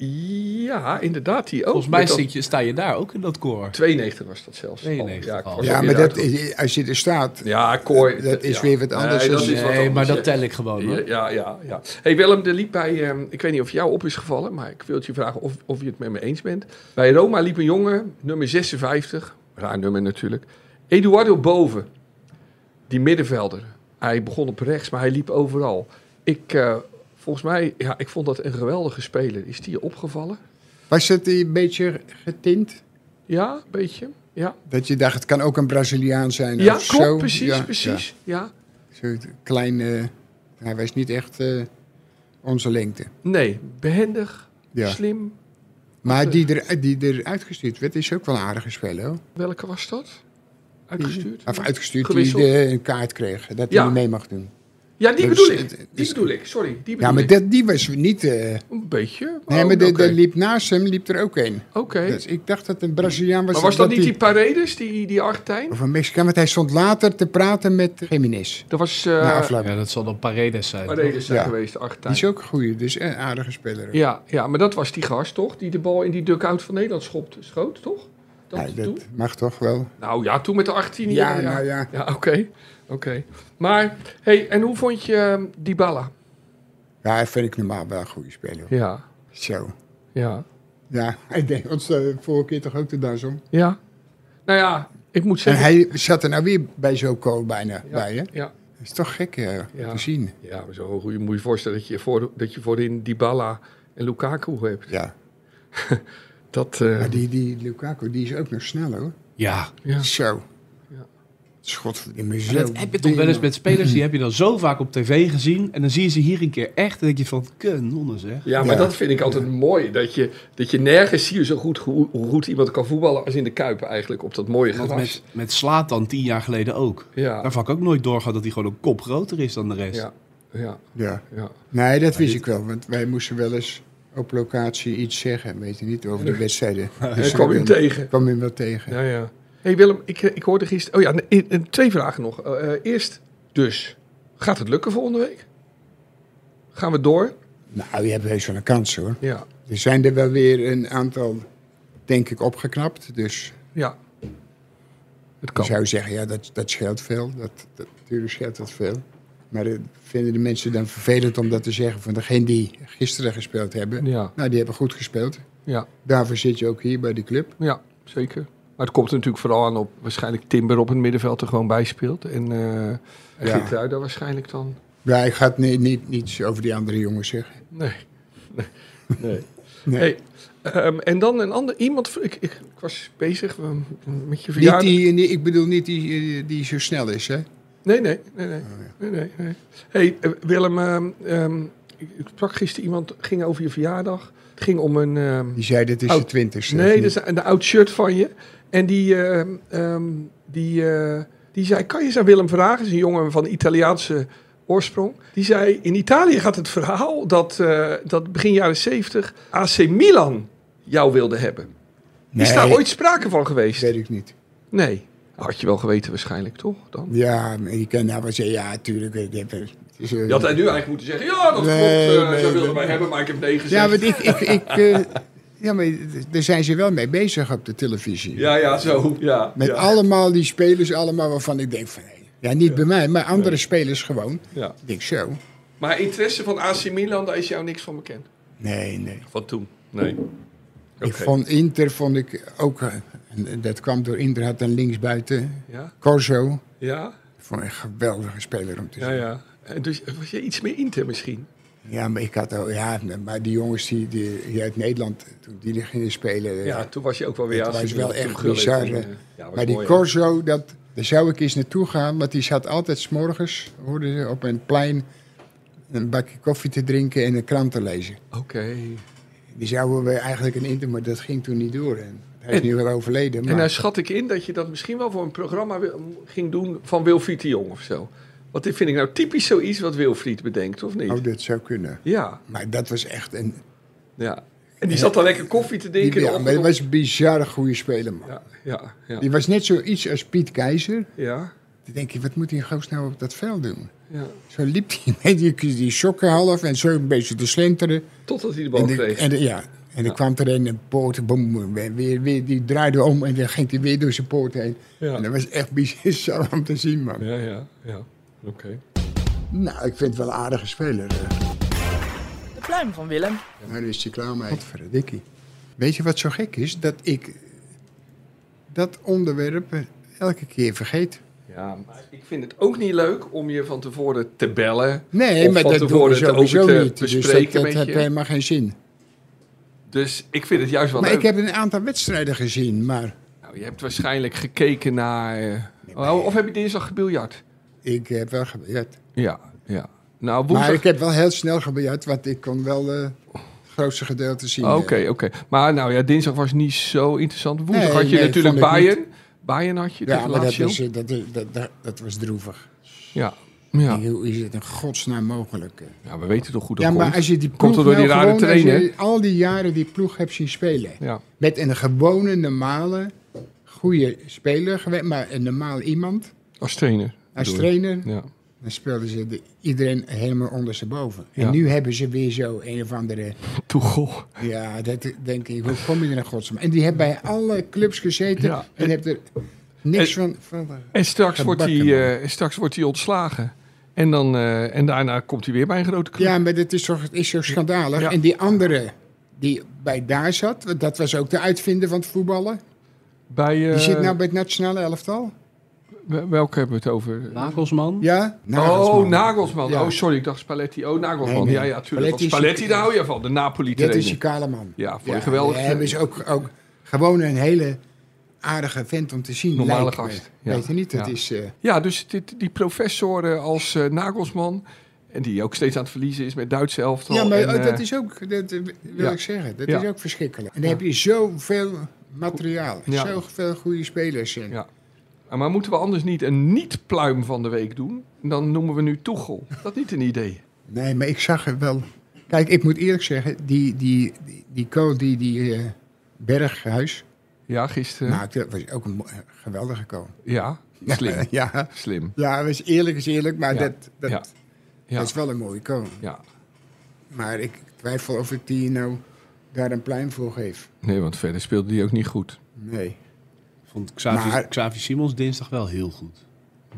S3: Ja, inderdaad, die ook.
S5: Volgens mij
S3: Oh, Met dat-
S5: zit je, sta je daar ook in dat koor.
S3: 92 was dat zelfs. Oh,
S5: 92
S3: Ja, ik
S5: al.
S3: was
S2: ja,
S3: alweer
S2: maar dat,
S3: uitgekomen.
S2: als je er staat...
S3: Ja, koor.
S2: Dat is
S3: ja.
S2: weer wat anders
S3: Nee, dat
S2: dan- eh,
S3: is wat
S5: Nee,
S3: anders,
S5: maar
S3: ja.
S5: dat tel ik
S2: Oh,
S5: gewoon.
S3: Ja,
S5: Hoor.
S3: ja, ja. ja. Hey Willem, er liep bij, ehm, ik weet niet of jou op is gevallen, maar ik wil het je vragen of, of je het met me eens bent. Bij Roma liep een jongen, nummer 56, raar nummer natuurlijk, Eduardo Boven, die middenvelder. Hij begon op rechts, maar hij liep overal. Ik, eh, volgens mij, ja, ik vond dat een geweldige speler. Is die je opgevallen?
S2: Was het een beetje getint?
S3: Ja, een beetje. Ja,
S2: Dat je dacht, het kan ook een Braziliaan zijn
S3: ja
S2: of
S3: klopt,
S2: Nou, zo.
S3: precies,
S2: Ja,
S3: precies. Ja.
S2: ja. Zo'n klein... eh, Hij was niet echt eh, onze lengte.
S3: Nee, behendig,
S2: Ja.
S3: slim.
S2: Maar die, er, die eruit gestuurd werd, is ook wel een aardige speler. hoor.
S3: Welke was dat? Uitgestuurd?
S2: Of uitgestuurd,
S3: Gewisseld.
S2: die eh, een kaart kreeg. Dat hij
S3: Ja.
S2: niet mee mag doen.
S3: Ja, die
S2: dat
S3: bedoel
S2: is-
S3: ik.
S2: Dus het-
S3: Die
S2: is-
S3: bedoel ik, sorry. Die bedoel
S2: Ja, maar
S3: ik.
S2: dat, die was niet... eh,
S3: Een beetje.
S2: nee,
S3: Oh,
S2: maar de,
S3: oké.
S2: de liep naast hem liep er ook een.
S3: Oké.
S2: Dus ik dacht dat een Braziliaan was.
S3: Maar was dat niet die
S2: die-
S3: Paredes, die, die Argentijn?
S2: Of een Mexicaan, want hij stond later te praten met Jiménez.
S3: Dat was eh,
S2: na afloop.
S5: Ja, dat zal dan Paredes zijn.
S3: Paredes zijn
S2: Nou, Ja.
S3: geweest, de
S2: Die
S3: Argentijn.
S2: is ook een goeie, dus een aardige speler. ook.
S3: Ja, ja, maar dat was die gast, toch? Die de bal in die dugout van Nederland schopte, schoot, toch? Dat
S2: Ja,
S3: toen?
S2: dat mag toch wel.
S3: Nou ja, toen met de 18
S2: Ja,
S3: jaar.
S2: nou ja.
S3: Ja, oké. oké. Maar, hey, en hoe vond je ehm, Dybala?
S2: Ja, hij vind ik normaal wel een goede speler. hoor.
S3: Ja,
S2: Zo.
S3: ja,
S2: Ja, hij deed ons de vorige keer toch ook de dans om.
S3: ja. Nou ja, ik moet
S2: En
S3: zeggen...
S2: hij zat er nou weer bij zo'n kool bijna
S3: ja,
S2: bij, hè?
S3: Ja,
S2: Dat is toch gek eh, om
S3: Ja.
S2: te zien.
S3: ja maar zo'n goede moet je je voorstellen dat je, voor, dat je voorin Dybala en Lukaku hebt.
S2: Ja.
S3: Dat, eh,
S2: Maar die, die Lukaku, die is ook nog snel, hoor.
S5: Ja.
S3: ja.
S2: Zo.
S3: Ja.
S2: Schot in mijn zo.
S5: Dat heb je toch wel eens met spelers, die heb je dan zo vaak op tv gezien. En dan zie je ze hier een keer echt en denk je van, kanonnen zeg.
S3: Ja, maar
S2: Ja.
S3: dat vind ik altijd mooi. Dat je, dat je nergens zie je zo goed hoe, hoe goed iemand kan voetballen als in de Kuip eigenlijk. Op dat mooie
S5: Dat
S3: gras.
S5: met, met Slaat dan tien jaar geleden ook.
S3: Ja,
S5: Daarvan ik ook nooit doorgaan dat hij gewoon een kop groter is dan de rest.
S3: ja, ja,
S2: Ja.
S3: ja.
S2: Nee, dat wist ik wel, want wij moesten wel eens op locatie iets zeggen. Weet je niet, over de wedstrijden.
S3: En
S2: Dus
S3: ik kwam
S2: ik
S3: hem tegen.
S2: kwam hem wel tegen.
S3: Ja, ja. hey Willem, ik, ik hoorde gisteren... Oh ja, nee, eh, twee vragen nog. Eh, eh, eerst dus, gaat het lukken volgende week? Gaan we door?
S2: Nou, je hebt heus wel een kans, hoor.
S3: Ja,
S2: Er zijn er wel weer een aantal, denk ik, opgeknapt. Dus
S3: ja. Het
S2: je
S3: kan.
S2: zou zeggen, ja, dat, dat scheelt veel. Dat, dat, natuurlijk scheelt dat veel. Maar eh, vinden de mensen dan vervelend om dat te zeggen van degene die gisteren gespeeld hebben?
S3: Ja,
S2: Nou, die hebben goed gespeeld.
S3: ja,
S2: Daarvoor zit je ook hier bij die club.
S3: ja, zeker. Maar het komt er natuurlijk vooral aan op... Waarschijnlijk Timber op het middenveld er gewoon bij speelt. En eh en
S2: Ja.
S3: Geertruida waarschijnlijk dan...
S2: Ja, Nou, ik ga het niet, niet, niets over die andere jongens zeggen.
S3: Nee. Nee.
S2: Nee.
S3: Hey, ehm, en dan een ander iemand. Ik, ik, ik was bezig ehm, met je
S2: Niet
S3: verjaardag.
S2: die, die- ik bedoel niet die, eh, die zo snel is, hè?
S3: Nee, nee, nee,
S2: Oh,
S3: nee. nee, nee, nee. Hey, eh, Willem, ehm, ehm, ik, ik sprak gisteren iemand. Het ging over je verjaardag. Het ging om een. ehm,
S2: Die zei, dat is
S3: Oh,
S2: de twintigste.
S3: nee, dat
S2: dat
S3: is een, een oud shirt van je. En die, ehm, ehm, die, eh, die zei: Kan je eens aan Willem vragen? is een jongen van Italiaanse oorsprong. Die zei: In Italië gaat het verhaal dat, eh, dat begin jaren 70 AC Milan jou wilde hebben. Is daar ooit sprake van geweest?
S2: Weet ik niet.
S3: Nee. Had je wel geweten, waarschijnlijk toch? Dan.
S2: Ja, maar je kan nou wel zeggen, ja, tuurlijk. eh, dat- dat is, eh,
S3: Je had hij nu eigenlijk moeten zeggen: Ja, dat
S2: Nee,
S3: klopt. eh,
S2: nee,
S3: ze wilden
S2: nee,
S3: mij
S2: nee.
S3: hebben, maar ik heb nee gezegd.
S2: Ja, want ik, ik, ik eh, ja, maar daar zijn ze wel mee bezig op de televisie.
S3: ja, ja, zo. Ja,
S2: Met
S3: ja,
S2: allemaal die spelers, allemaal waarvan ik denk van, hé, ja, niet bij mij, maar andere spelers gewoon.
S3: ja.
S2: Ik denk zo.
S3: Maar interesse van AC Milan, daar is jou niks van bekend.
S2: Nee, nee.
S3: Van toen? Nee.
S2: Ik vond Inter, vond ik ook, eh, en dat kwam door Inter, had een linksbuiten,
S3: Ja,
S2: Corso.
S3: ja,
S2: Vond ik een geweldige speler om te
S3: ja.
S2: zien. Ja,
S3: ja. En dus was je iets meer Inter misschien?
S2: maar ik had al, ja, maar die jongens die, die, die uit Nederland, toen die er gingen spelen.
S3: Ja,
S2: ja,
S3: toen was je ook wel weer...
S2: Het
S3: AC
S2: was
S3: Milan,
S2: wel
S3: toen
S2: echt
S3: gulden
S2: bizar,
S3: en,
S2: hè.
S3: eh, ja, was
S2: Maar die
S3: mooi, hè?
S2: Corso, dat, daar zou ik eens naartoe gaan, want die zat altijd s'morgens, hoorden ze, op een plein een bakje koffie te drinken en een krant te lezen.
S3: Oké.
S2: Die zouden we eigenlijk een inter, maar dat ging toen niet door. En hij is
S3: En-
S2: nu wel overleden. Maar
S3: En daar schat ik in dat je dat misschien wel voor een programma wil- ging doen van Wilfried de Jong of zo. Want dit vind ik nou typisch zoiets wat Wilfried bedenkt, of niet?
S2: oh, dat zou kunnen.
S3: Ja,
S2: Maar dat was echt een.
S3: ja. En die zat dan lekker koffie te
S2: Die,
S3: drinken.
S2: ja,
S3: de
S2: maar dat
S3: ochtend
S2: was een bizarre goede speler, man.
S3: op- ja, ja, ja,
S2: Die was net zoiets als Piet Keizer.
S3: ja,
S2: Dan denk je, wat moet die goos nou op dat veld doen?
S3: ja.
S2: Zo liep hij met die, die sokken half en zo een beetje te slenteren.
S3: Totdat hij de bal
S2: En, de,
S3: kreeg.
S2: en de- ja, en er kwam er een en poort, boem, boem, weer, weer, weer, die draaide om en dan ging hij weer door zijn poort heen. En
S3: ja.
S2: dat was echt bizar om te zien, man.
S3: ja, ja, ja. Oké.
S2: Nou, ik vind het wel een aardige speler. eh.
S4: De pluim van Willem.
S2: Nou, daar is hij klaar mee. Verdikkie. Weet je wat zo gek is? Dat ik dat onderwerp eh, elke keer vergeet.
S3: Ja, maar ik vind het ook niet leuk om je van tevoren te bellen.
S2: Nee,
S3: Of
S2: maar dat
S3: van
S2: doen we
S3: tevoren het over
S2: sowieso
S3: te
S2: niet. Dus dat,
S3: bespreken
S2: dat
S3: met je.
S2: heeft helemaal geen zin.
S3: Dus ik vind het juist wel
S2: Maar
S3: leuk.
S2: ik heb een aantal wedstrijden gezien, maar
S3: Nou, je hebt waarschijnlijk gekeken naar... eh, oh, of heb je dinsdag gebiljart?
S2: ik heb wel gebeurd.
S3: Ja, ja. Nou,
S2: Maar
S3: woensdag...
S2: ik heb wel heel snel gebiljart, want ik kon wel eh, het grootste gedeelte zien.
S3: Ah, Oké,
S2: eh.
S3: Oh, oké. Maar nou ja, dinsdag was niet zo interessant. Woensdag
S2: Nee,
S3: had je
S2: nee,
S3: natuurlijk
S2: vond ik
S3: Bayern. Bayern had je
S2: Ja,
S3: tegen
S2: maar dat
S3: Lazio.
S2: was, eh, dat, eh, dat, dat, dat was droevig.
S3: Ja. Ja.
S2: Ik denk, Hoe is het in godsnaam mogelijk? eh?
S3: ja, we weten toch goed dat
S2: Ja, maar
S3: komt.
S2: als je die ploeg
S3: Komt er door
S2: nou
S3: die rare
S2: gewoon, als je
S3: trainer?
S2: al die jaren die ploeg hebt zien spelen.
S3: Ja.
S2: Met een gewone, normale, goede speler, gewe- maar een normaal iemand.
S3: Als trainer.
S2: Als
S3: bedoel ik.
S2: trainer,
S3: Ja.
S2: dan speelden ze de- iedereen helemaal ondersteboven. En
S3: Ja.
S2: nu hebben ze weer zo een of andere...
S3: Toegel.
S2: Ja, dat denk ik, hoe kom je er in godsnaam? En die heeft bij alle clubs gezeten
S3: Ja.
S2: en hebt er niks van... van
S3: En straks wordt, hij,
S2: Gebakken man.
S3: eh, straks wordt hij ontslagen. En, dan, eh, en daarna komt hij weer bij een grote club.
S2: ja, maar dat is, toch, het is zo schandalig.
S3: Ja.
S2: En die andere die bij daar zat, want dat was ook de uitvinder van het voetballen.
S3: Bij,
S2: Die
S3: eh,
S2: zit nou bij het nationale elftal.
S3: wel- Welke hebben we het over?
S5: Nagelsman.
S2: Ja?
S3: Oh, Nagelsman.
S2: Ja.
S3: Oh, sorry, ik dacht Spalletti. Oh, Nagelsman.
S2: Nee, nee.
S3: Ja, ja, tuurlijk.
S2: Spalletti
S3: Spalletti,
S2: is-
S3: Spalletti daar hou je van. De Napoli
S2: Dit is
S3: trainer.
S2: je kale man.
S3: Ja, voor je
S2: Ja,
S3: geweldig.
S2: hij is ook, ook gewoon een hele aardige vent om te zien.
S3: Normale
S2: lijkt me.
S3: gast, ja.
S2: Weet je niet, dat
S3: Ja.
S2: is... eh,
S3: Ja, dus dit, die professoren als eh, Nagelsman... en die ook steeds aan het verliezen is met Duitse elftal.
S2: ja, maar
S3: en,
S2: oh,
S3: eh,
S2: dat is ook, dat eh, wil
S3: ja.
S2: ik zeggen, dat
S3: Ja.
S2: is ook verschrikkelijk. En dan heb je zoveel materiaal,
S3: Ja.
S2: zoveel goede spelers. in.
S3: Ja. Maar moeten we anders niet een niet-pluim van de week doen? Dan noemen we nu Toegel. Dat niet een idee.
S2: Nee, maar ik zag er wel... Kijk, ik moet eerlijk zeggen, die, die, die, die goal die, die eh, Berghuis
S3: Ja, gisteren.
S2: maakte, was ook een mo- eh, geweldige goal.
S3: ja, slim.
S2: Ja,
S3: Slim.
S2: ja was eerlijk is eerlijk, maar
S3: Ja.
S2: dat, dat,
S3: Ja. Ja.
S2: dat is wel een mooie goal.
S3: ja.
S2: Maar ik twijfel of ik die nou daar een pluim voor geef.
S3: Nee, want verder speelde die ook niet goed.
S2: Nee.
S5: Vond Xavi,
S2: Maar-
S5: Xavi Simons dinsdag wel heel goed.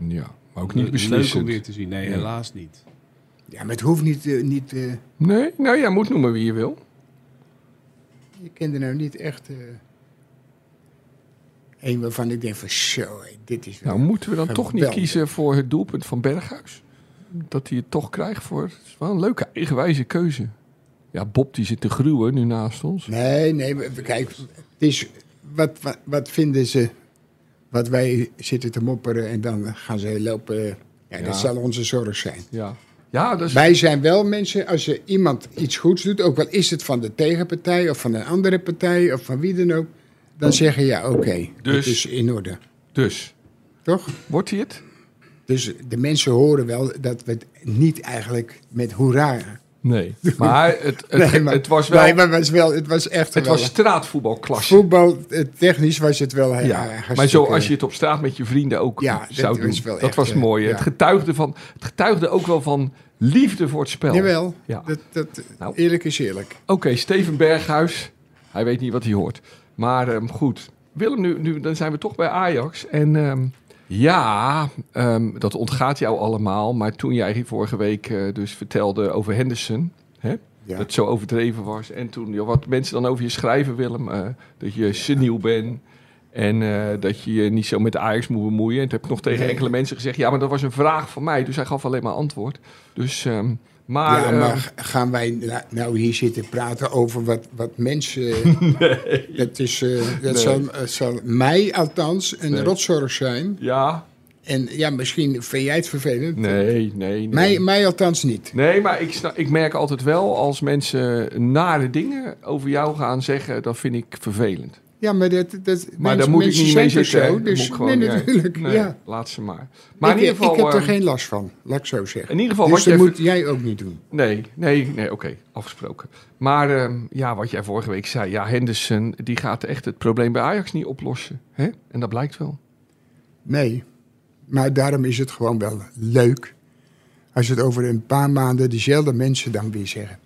S3: Ja, maar ook
S5: Le-
S3: niet
S5: Leuk om
S3: beslissend.
S5: weer te zien. Nee,
S3: Ja.
S5: helaas niet.
S2: Ja, maar het hoeft niet... eh, niet eh,
S3: Nee, nou ja, moet noemen wie je wil.
S2: ik kende nou niet echt... eh een waarvan ik denk van zo, hé, dit is wel...
S3: Nou, moeten we dan toch niet
S2: Geweldig.
S3: kiezen voor het doelpunt van Berghuis? Dat hij het toch krijgt voor... Het is wel een leuke eigenwijze keuze. Ja, Bob die zit te gruwen nu naast ons.
S2: Nee, nee, maar kijk, het is, wat, wat, wat vinden ze? Wat wij zitten te mopperen en dan gaan ze lopen... eh, Ja,
S3: Ja.
S2: dat zal onze zorg zijn.
S3: Ja, ja dat is...
S2: Wij zijn wel mensen, als je iemand iets goeds doet, ook al is het van de tegenpartij of van een andere partij of van wie dan ook, dan zeggen ja, oké,
S3: Oh. Dus-
S2: dit is in orde.
S3: Dus,
S2: Toch?
S3: wordt hij het?
S2: Dus de mensen horen wel dat we het niet eigenlijk met hoera.
S3: Nee. Maar het, het,
S2: Nee, maar-
S3: het was wel...
S2: Nee, maar het was wel, het was echt
S3: het
S2: wel.
S3: was straatvoetbalklasse.
S2: voetbal eh, technisch was het wel heel
S3: ja,
S2: hartstikke-
S3: maar zo als je het op straat met je vrienden ook
S2: Ja,
S3: zou
S2: dat
S3: doen.
S2: is wel
S3: dat
S2: echt,
S3: was
S2: eh,
S3: mooi. hè.
S2: ja.
S3: Het, getuigde van, het getuigde ook wel van liefde voor het spel.
S2: Jawel,
S3: Ja.
S2: dat, dat,
S3: Nou.
S2: eerlijk is eerlijk.
S3: Oké, Steven Berghuis. Hij weet niet wat hij hoort. Maar ehm, goed. Willem, nu, nu dan zijn we toch bij Ajax. En ehm, ja, ehm, dat ontgaat jou allemaal. Maar toen jij hier vorige week eh, dus vertelde over Henderson... Hè,
S2: Ja.
S3: dat het zo overdreven was. En toen, joh, wat mensen dan over je schrijven, Willem. eh, dat je seniel bent. En eh, dat je je niet zo met Ajax moet bemoeien. En toen heb ik nog tegen
S2: Nee.
S3: enkele mensen gezegd... ja, maar dat was een vraag van mij. Dus hij gaf alleen maar antwoord. Dus, ehm, maar...
S2: Ja,
S3: ehm,
S2: maar gaan wij na- nou hier zitten praten over wat, wat mensen... Dat, is, eh, dat zal, het zal mij althans een
S3: Nee.
S2: rotzorg zijn.
S3: ja,
S2: En ja, misschien vind jij het vervelend.
S3: nee, nee, nee.
S2: Mij, mij althans niet.
S3: Nee, maar ik, sna- ik merk altijd wel als mensen nare dingen over jou gaan zeggen, dat vind ik vervelend.
S2: Ja, maar dat, dat
S3: Maar daar
S2: mensen-
S3: moet ik
S2: mensen
S3: niet mee
S2: zijn toch
S3: zitten. hè?
S2: Zo,
S3: Dat
S2: dus,
S3: moet ik gewoon
S2: nee,
S3: niet.
S2: natuurlijk.
S3: Nee,
S2: ja.
S3: Laat ze maar. Maar
S2: ik,
S3: in ieder geval.
S2: ik heb er
S3: ehm,
S2: geen last van, laat ik zo zeggen.
S3: In ieder geval
S2: dus
S3: wat jij
S2: dat
S3: ver-
S2: moet jij ook niet doen.
S3: Nee, nee, nee, oké, afgesproken. Maar ehm, ja, wat jij vorige week zei, ja, Henderson, die gaat echt het probleem bij Ajax niet oplossen. Hè? En dat blijkt wel.
S2: Nee, maar daarom is het gewoon wel leuk als het over een paar maanden dezelfde mensen dan weer zeggen.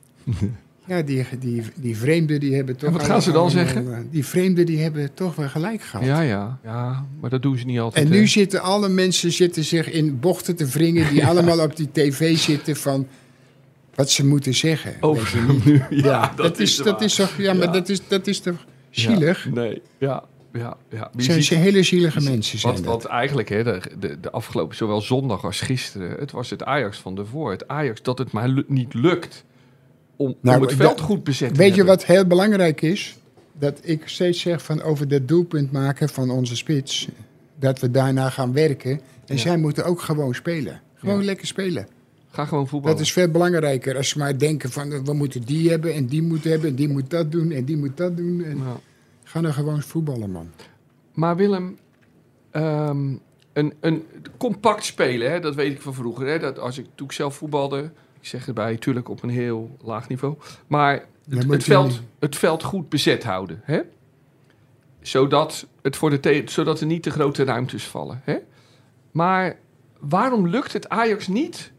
S2: ja, die, die, die vreemden die hebben toch...
S3: En wat gaan ze dan
S2: allemaal- eh,
S3: zeggen?
S2: Die vreemden die hebben toch wel gelijk gehad.
S3: Ja, ja, ja, maar dat eh, doen ze niet altijd.
S2: En nu
S3: hè?
S2: zitten alle mensen zitten zich in bochten te wringen die allemaal op die tv zitten van wat ze moeten zeggen.
S3: over hem nu. Ja, Oh, dat, is,
S2: dat is toch, ja, maar
S3: Ja.
S2: dat is, dat is toch zielig?
S3: Ja, nee, ja, ja, ja. Je
S2: Zijn
S3: ziet-
S2: ze hele zielige mensen zijn
S3: Wat,
S2: dat.
S3: wat eigenlijk, hè, de, de, de afgelopen, zowel zondag als gisteren, het was het Ajax van daarvoor. Het Ajax dat het maar lu- niet lukt om,
S2: Nou,
S3: om het
S2: dat-
S3: veld goed bezet te
S2: Weet je
S3: hebben.
S2: wat heel belangrijk is? Dat ik steeds zeg van over dat doelpunt maken van onze spits. Dat we daarna gaan werken. En
S3: Ja.
S2: zij moeten ook gewoon spelen. Gewoon
S3: Ja.
S2: lekker spelen.
S3: Ga gewoon voetballen.
S2: Dat is veel belangrijker als ze maar denken van eh, we moeten die hebben en die moet hebben en die moet dat doen en die moet dat doen. En
S3: Ja.
S2: Ga nou gewoon voetballen, man.
S3: Maar Willem, ehm, een, een compact spelen, hè, dat weet ik van vroeger. Hè, dat als ik, toen ik zelf voetbalde, ik zeg erbij, tuurlijk op een heel laag niveau. Maar
S2: Dan
S3: het,
S2: moet
S3: het
S2: je-
S3: veld, het veld goed bezet houden. Hè? Zodat, het voor de te- zodat er niet te grote ruimtes vallen. Hè? Maar waarom lukt het Ajax niet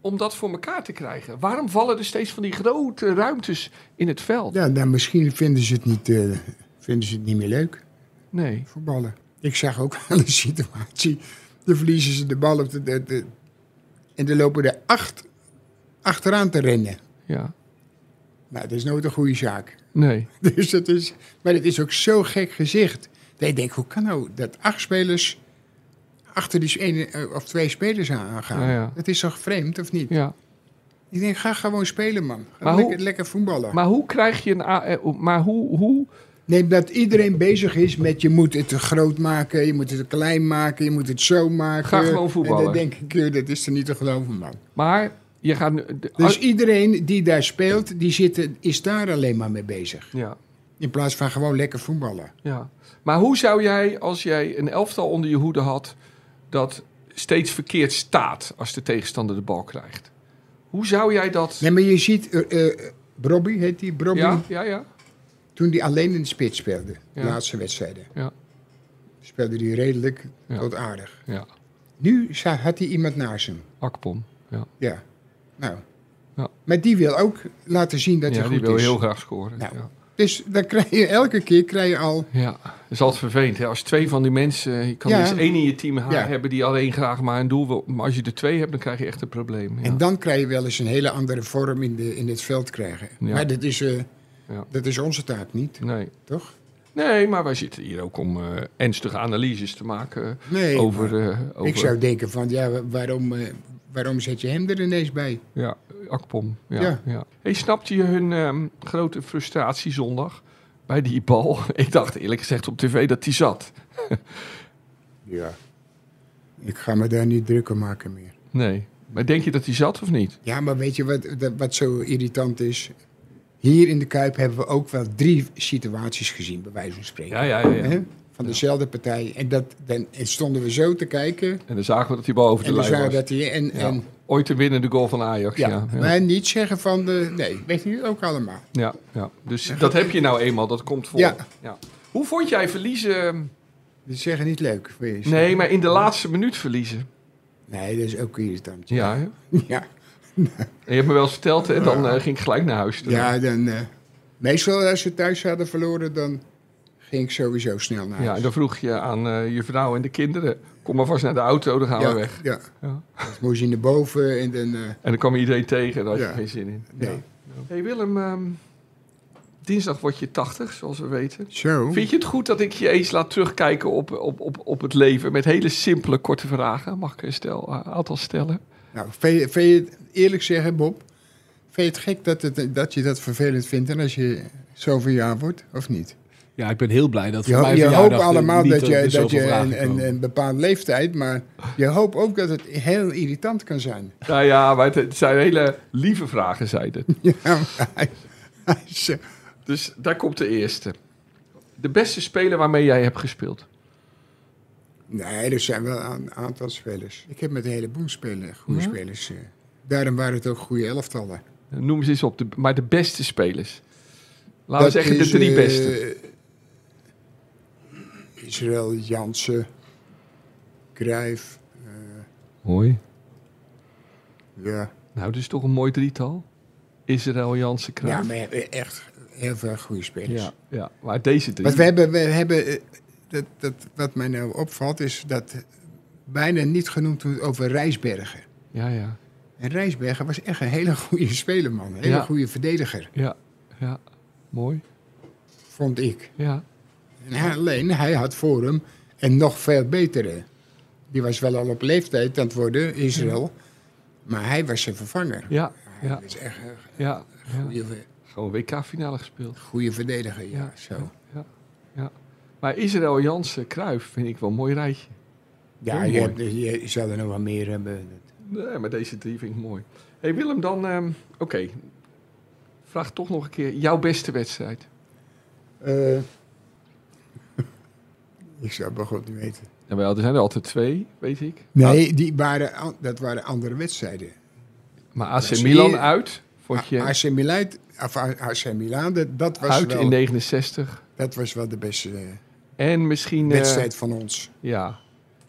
S3: om dat voor elkaar te krijgen? Waarom vallen er steeds van die grote ruimtes in het veld?
S2: Ja, dan misschien vinden ze, het niet, eh, vinden ze het niet meer leuk,
S3: Nee.
S2: voetballen. Ik zag ook wel een situatie. Dan verliezen ze de bal op de, de- de- en dan lopen er acht achteraan te rennen.
S3: Ja.
S2: Nou, dat is nooit een goede zaak.
S3: Nee.
S2: Dus dat is, maar het is ook zo gek gezicht. Dat je denkt, hoe kan nou dat acht spelers achter die ene eh, of twee spelers aan- aangaan?
S3: Ja, ja.
S2: Dat is toch vreemd, of niet?
S3: Ja.
S2: Ik denk, ga gewoon spelen, man. Ga
S3: Maar
S2: lekker,
S3: hoe-
S2: lekker voetballen.
S3: Maar hoe krijg je een. A- eh, o- Maar hoe. hoe
S2: Neem dat iedereen bezig is met je moet het te groot maken, je moet het te klein maken, je moet het zo maken.
S3: Ga gewoon voetballen.
S2: En dan denk ik, eh, dat is er niet te geloven, man.
S3: maar je gaat. nu- de-
S2: Dus
S3: als-
S2: iedereen die daar speelt, die zit, is daar alleen maar mee bezig.
S3: ja,
S2: In plaats van gewoon lekker voetballen.
S3: ja. Maar hoe zou jij, als jij een elftal onder je hoede had. dat steeds verkeerd staat als de tegenstander de bal krijgt? Hoe zou jij dat.
S2: Nee, maar je ziet, eh eh, Brobby heet die, Brobby.
S3: ja, ja, ja.
S2: Toen hij alleen in de spits speelde, de
S3: Ja.
S2: laatste wedstrijden,
S3: Ja.
S2: speelde hij redelijk
S3: Ja.
S2: tot aardig.
S3: Ja.
S2: Nu za- had hij iemand naast hem.
S3: Akpom. Ja,
S2: Ja. Nou.
S3: Ja.
S2: Maar die wil ook laten zien dat
S3: ja
S2: hij
S3: die
S2: goed
S3: wil
S2: is.
S3: heel graag scoren.
S2: Nou.
S3: Ja.
S2: Dus dan krijg je elke keer krijg je al.
S3: Ja, dat is altijd vervelend. Hè? Als twee van die mensen, je kan
S2: Ja.
S3: dus één in je team ha-
S2: Ja.
S3: hebben die alleen graag maar een doel wil. Maar als je er twee hebt, dan krijg je echt een probleem. Ja.
S2: En dan krijg je wel eens een hele andere vorm in, de, in het veld krijgen.
S3: Ja.
S2: Maar dat is, eh,
S3: Ja.
S2: dat is onze taak niet,
S3: Nee.
S2: toch?
S3: nee, maar wij zitten hier ook om eh, ernstige analyses te maken.
S2: Nee.
S3: over,
S2: maar
S3: eh, over.
S2: Ik zou denken van, ja, wa- waarom, eh, waarom zet je hem er ineens bij?
S3: Ja, Akpom. Ja, ja.
S2: Ja.
S3: Hey, snapte je hun ehm, grote frustratie zondag bij die bal? Ik dacht eerlijk gezegd op tv dat die zat.
S2: Ja. Ik ga me daar niet druk om maken meer.
S3: Nee. Maar denk je dat die zat of niet?
S2: Ja, maar weet je wat, dat- wat zo irritant is? Hier in de Kuip hebben we ook wel drie situaties gezien, bij wijze van spreken.
S3: Ja, ja, ja. ja.
S2: Hè? Van dezelfde partij. En dat, dan stonden we zo te kijken.
S3: En dan zagen we dat die bal over de
S2: En dan
S3: lijn
S2: zagen
S3: was.
S2: we dat hij... En,
S3: Ja.
S2: en,
S3: Ooit te winnen de goal van Ajax. Ja,
S2: ja.
S3: ja. ja.
S2: Maar niet zeggen van... De, nee, weet je ook allemaal.
S3: ja. Dus dat heb je nou eenmaal, dat komt voor.
S2: Ja.
S3: Hoe vond jij verliezen? ehm,
S2: Die zeggen niet leuk. wil je zeggen.
S3: Nee, maar in de laatste minuut verliezen.
S2: Nee, dat is ook irritant.
S3: Ja, hè?
S2: Ja,
S3: En je hebt me wel eens verteld, hè? Dan eh, ging ik gelijk naar huis.
S2: ja dan... eh, meestal als ze thuis hadden verloren, dan ging ik sowieso snel naar
S3: Ja, en
S2: huis.
S3: dan vroeg je aan eh, je vrouw en de kinderen: kom maar vast naar de auto, dan gaan we weg.
S2: Ja.
S3: Ja.
S2: Dan moest je naar boven en dan... eh,
S3: En dan kwam iedereen tegen, daar had
S2: Ja.
S3: je geen zin in.
S2: nee.
S3: Ja. Hey Willem, ehm, dinsdag word je 80, zoals we weten.
S2: Zo.
S3: Vind je het goed dat ik je eens laat terugkijken op, op, op, op het leven met hele simpele, korte vragen? Mag ik een stel, een aantal stellen?
S2: Nou, vind je, vind je het eerlijk zeggen, Bob? Vind je het gek dat, het, dat je dat vervelend vindt en als je zoveel jaar wordt, of niet?
S5: Ja, ik ben heel blij dat voor
S2: Je, ho-
S5: mij
S2: je hoopt
S5: verjaardag
S2: allemaal
S5: niet
S2: dat
S5: er-
S2: je,
S5: er
S2: dat
S5: zoveel
S2: je
S5: vragen
S2: een, een,
S5: komen.
S2: een bepaalde leeftijd, maar je hoopt ook dat het heel irritant kan zijn.
S3: Nou ja, maar het, het zijn hele lieve vragen, zei het.
S2: Ja, maar hij- hij is, eh,
S3: Dus daar komt de eerste. De beste speler waarmee jij hebt gespeeld?
S2: nee, er zijn wel een aantal spelers. Ik heb met een heleboel spelers, goede
S3: Ja?
S2: spelers. eh. Daarom waren het ook goede elftallen.
S3: Noem ze eens op, de, maar de beste spelers. Laten we zeggen de
S2: eh,
S3: drie beste.
S2: Israël Jansen, Cruijff,
S3: Mooi.
S2: ja.
S3: Nou, dat is toch een mooi drietal. Israël, Jansen,
S2: Ja,
S3: Kruijf.
S2: maar echt heel veel goede spelers.
S3: Ja, ja, maar deze drie.
S2: Wat we hebben, we hebben eh, dat, dat, wat mij nou opvalt, is dat bijna niet genoemd wordt over Rijsbergen.
S3: Ja, ja,
S2: En Rijsbergen was echt een hele goede speler, man. Een hele
S3: Ja.
S2: goede verdediger,
S3: ja, ja. Mooi.
S2: vond ik.
S3: Ja,
S2: En hij- alleen, hij had voor hem een nog veel betere. Die was wel al op leeftijd aan het worden, Israël. Maar hij was zijn vervanger.
S3: ja, ja,
S2: Dat is echt een
S3: ja. ja.
S2: goede,
S3: Gewoon WK-finale gespeeld.
S2: goede verdediger, ja.
S3: Ja.
S2: Zo.
S3: Maar Israël, Jansen, Kruijf vind ik wel een mooi rijtje.
S2: ja
S3: Heel
S2: je,
S3: mooi.
S2: hebt- je zou er nog wel meer hebben.
S3: Nee, maar deze drie vind ik mooi. hey Willem, dan... ehm, Oké, vraag toch nog een keer jouw beste wedstrijd.
S2: Eh, ik zou het bij God niet weten.
S3: Jawel, er zijn er altijd twee, weet ik.
S2: Nee, die waren, an- dat waren andere wedstrijden.
S3: Maar AC
S2: Dus
S3: Milan
S2: hier-
S3: uit, vond je
S2: A- AC Milan, of A- AC Milan dat, dat, was
S3: uit in
S2: wel,
S3: 69.
S2: dat was wel de beste eh,
S3: En misschien... eh,
S2: wedstrijd van ons.
S3: Ja,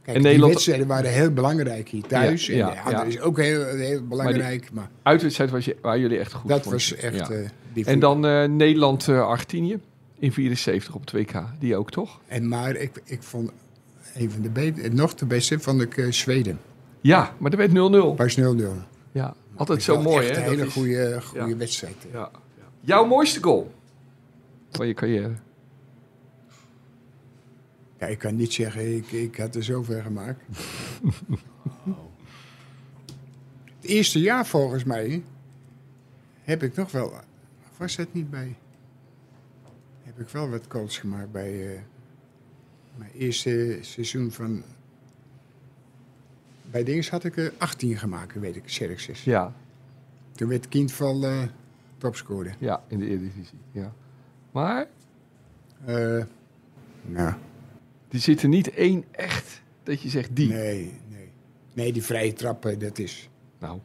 S2: Kijk,
S3: En
S2: die
S3: Nederland-
S2: wedstrijden waren heel belangrijk hier thuis.
S3: Ja, ja,
S2: en de andere
S3: ja.
S2: is ook heel, heel belangrijk. Maar,
S3: uitwedstrijd was je, waar jullie echt goed
S2: dat
S3: vond
S2: was
S3: je.
S2: echt...
S3: Ja.
S2: eh, die
S3: en dan eh, Nederland eh Argentinië in 74 op het WK. Die ook, toch?
S2: En maar ik, ik vond een van de be- nog de beste vond ik eh, Zweden.
S3: Ja, maar dat werd 0-0.
S2: Pas 0-0.
S3: Ja, altijd
S2: Ik
S3: zo
S2: vond
S3: mooi,
S2: echt
S3: hè?
S2: Een
S3: Dat
S2: hele
S3: is-
S2: goede, goede
S3: ja.
S2: wedstrijd. eh.
S3: Ja. Jouw mooiste goal van je carrière?
S2: Ja, ik kan niet zeggen, ik, ik had er zoveel gemaakt. Het eerste jaar volgens mij heb ik nog wel, of was het niet bij, heb ik wel wat goals gemaakt bij eh, mijn eerste seizoen van, bij Dings had ik er 18 gemaakt, weet ik, Xerxes.
S3: Ja,
S2: Toen werd Kind van eh topscorer.
S3: ja in de Eredivisie. Ja. Maar
S2: Eh, nou,
S3: die zit er niet één echt dat je zegt die.
S2: nee, nee. Nee, die vrije trappen, dat is...
S3: Nou,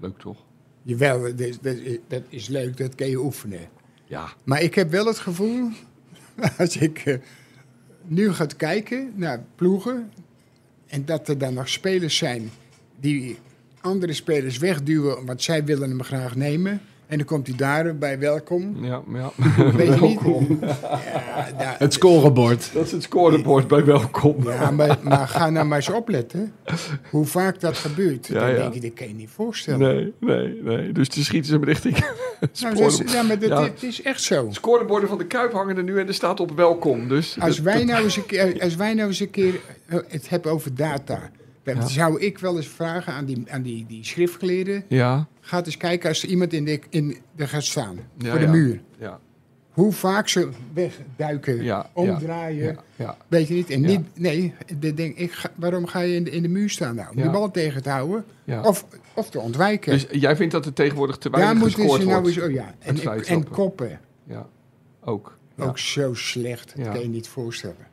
S3: leuk toch?
S2: Jawel, dat is, dat, is, dat is leuk, dat kan je oefenen.
S3: Ja.
S2: Maar ik heb wel het gevoel, als ik eh, nu ga kijken naar ploegen... en dat er dan nog spelers zijn die andere spelers wegduwen... want zij willen hem graag nemen... en dan komt hij daar bij welkom.
S3: Ja, ja.
S2: Weet je niet?
S3: welkom.
S2: Ja, nou,
S5: Het scorebord.
S3: Dat is het scorebord bij welkom.
S2: ja, maar, maar ga nou maar eens opletten hoe vaak dat gebeurt.
S3: Ja,
S2: dan
S3: ja.
S2: denk je, dat kan je niet voorstellen.
S3: Nee, nee, nee. Dus die schieten ze hem richting het
S2: Nou, dat is-
S3: scorebord.
S2: ja, maar dat,
S3: Ja.
S2: het is echt zo.
S3: De scoreborden van de Kuip hangen er nu en er staat op welkom. Dus
S2: Als wij nou eens een keer, als wij nou eens een keer eh, het hebben over data. Dan
S3: Ja.
S2: zou ik wel eens vragen aan die, aan die, die schriftgeleerden.
S3: Ja,
S2: Gaat eens kijken als er iemand in de, in de gaat staan.
S3: Ja,
S2: voor de
S3: ja.
S2: muur.
S3: ja,
S2: Hoe vaak ze wegduiken,
S3: ja.
S2: omdraaien.
S3: Ja, ja.
S2: Weet je niet? En
S3: Ja.
S2: niet nee, dan denk ik, ga- waarom ga je in de, in de muur staan nou? Om
S3: Ja.
S2: die bal tegen te houden
S3: ja.
S2: of, of te ontwijken.
S3: Dus jij vindt dat er tegenwoordig te
S2: Daar
S3: weinig
S2: moeten
S3: gescoord
S2: ze nou
S3: wordt?
S2: eens... Oh ja,
S3: Met
S2: en,
S3: vrije
S2: en
S3: trappen.
S2: koppen.
S3: Ja, ook. Ja.
S2: Ook zo slecht, dat
S3: Ja.
S2: kan je niet voorstellen.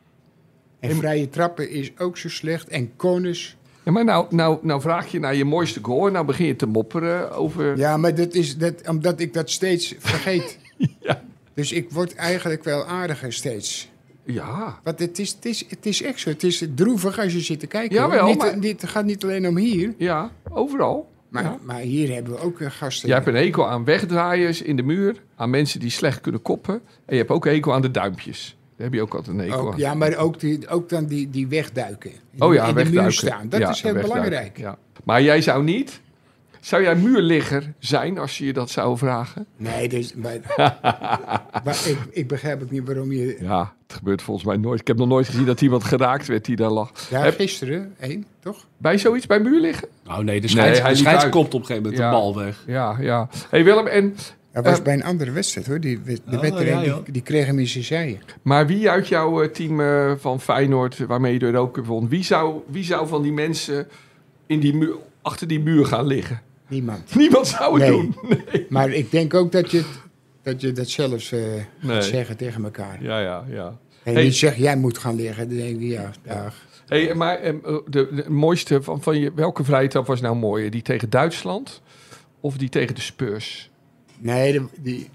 S2: En
S3: En-
S2: vrije trappen is ook zo slecht. En konus.
S3: Ja, maar nou, nou, nou vraag je naar je mooiste goal en nou begin je te mopperen over...
S2: Ja, maar dat is dat, omdat ik dat steeds vergeet.
S3: Ja.
S2: Dus ik word eigenlijk wel aardiger steeds.
S3: Ja,
S2: Want het is, het is, het is echt zo. Het is droevig als je zit te kijken. hoor.
S3: Jawel,
S2: niet,
S3: maar-
S2: niet- het gaat niet alleen om hier.
S3: ja, overal.
S2: Maar,
S3: Ja.
S2: maar hier hebben we ook eh, gasten.
S3: Jij hebt een hekel aan wegdraaiers in de muur, aan mensen die slecht kunnen koppen. En je hebt ook een hekel aan de duimpjes. Daar heb je ook altijd een hekel
S2: ook,
S3: aan.
S2: ja, maar ook, die, ook dan die, die wegduiken. In-
S3: oh ja,
S2: in de
S3: wegduiken.
S2: muur staan. Dat
S3: Ja,
S2: is heel
S3: wegduiken,
S2: belangrijk.
S3: Ja. Maar jij zou niet... Zou jij muurligger zijn als ze je dat zou vragen?
S2: Nee, dus, maar, maar ik, ik begrijp ook niet waarom je...
S3: Ja, het gebeurt volgens mij nooit. Ik heb nog nooit gezien dat iemand geraakt werd die daar lag.
S2: Ja,
S3: Heb-
S2: gisteren één, toch?
S3: Bij zoiets, bij muurliggen?
S5: Nou nee, de
S3: Nee,
S5: scheids,
S3: hij
S5: de
S3: liep
S5: scheids
S3: uit.
S5: kopt op een gegeven moment
S3: Ja.
S5: de bal weg.
S3: Ja, ja. hey Willem, en
S2: Dat was
S3: Eh,
S2: bij een andere wedstrijd hoor. Die, wed- de
S5: Oh,
S2: wedstrijd,
S5: ja, joh.
S2: die, die kreeg hem in zijn zijen.
S3: Maar wie uit jouw eh, team eh, van Feyenoord, eh, waarmee je de Europa Cup won, wie zou, wie zou van die mensen in die muur, achter die muur gaan liggen?
S2: Niemand.
S3: Niemand zou
S2: Nee.
S3: het doen.
S2: Maar ik denk ook dat je, het- dat, je dat zelfs eh, gaat zeggen tegen elkaar.
S3: Ja, ja, ja.
S2: En
S3: Hey.
S2: niet zeggen, jij moet gaan liggen. Dan denk ik, ja, dag.
S3: Hey, maar em, eh, de, de mooiste van, van je, welke vrije trap was nou mooier? Die tegen Duitsland of die tegen de Spurs?
S2: Nee, de- die...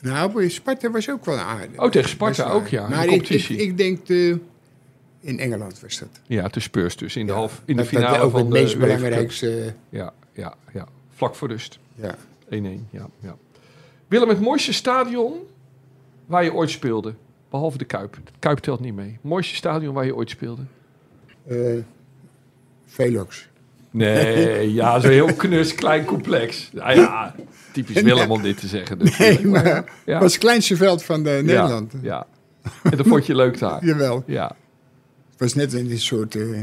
S2: Nou, bij Sparta was ook wel aardig.
S3: Oh, tegen
S2: Dat
S3: Sparta
S2: is waar.
S3: ook, ja.
S2: Maar ik,
S3: de
S2: ik,
S3: competitie.
S2: ik denk, de, in Engeland was dat.
S3: ja, de Spurs dus in de,
S2: Ja,
S3: half, in de
S2: Dat- dat
S3: finale
S2: ook
S3: van
S2: het
S3: de
S2: meest
S3: UEFA Cup.
S2: belangrijkste. eh,
S3: Ja, ja, ja. Vlak voor rust. 1-1,
S2: Ja.
S3: ja, ja. Willem, het mooiste stadion waar je ooit speelde? Behalve de Kuip. De Kuip telt niet mee. Mooiste stadion waar je ooit speelde?
S2: Eh, Velox.
S3: Nee, ja, zo heel knus, klein, complex. Nou ja, typisch Willem om dit te zeggen. Dus.
S2: Nee, maar het
S3: ja.
S2: was het kleinste veld van eh, Nederland.
S3: Ja, ja. En dat vond je leuk daar.
S2: Jawel.
S3: Ja.
S2: Het was net een soort eh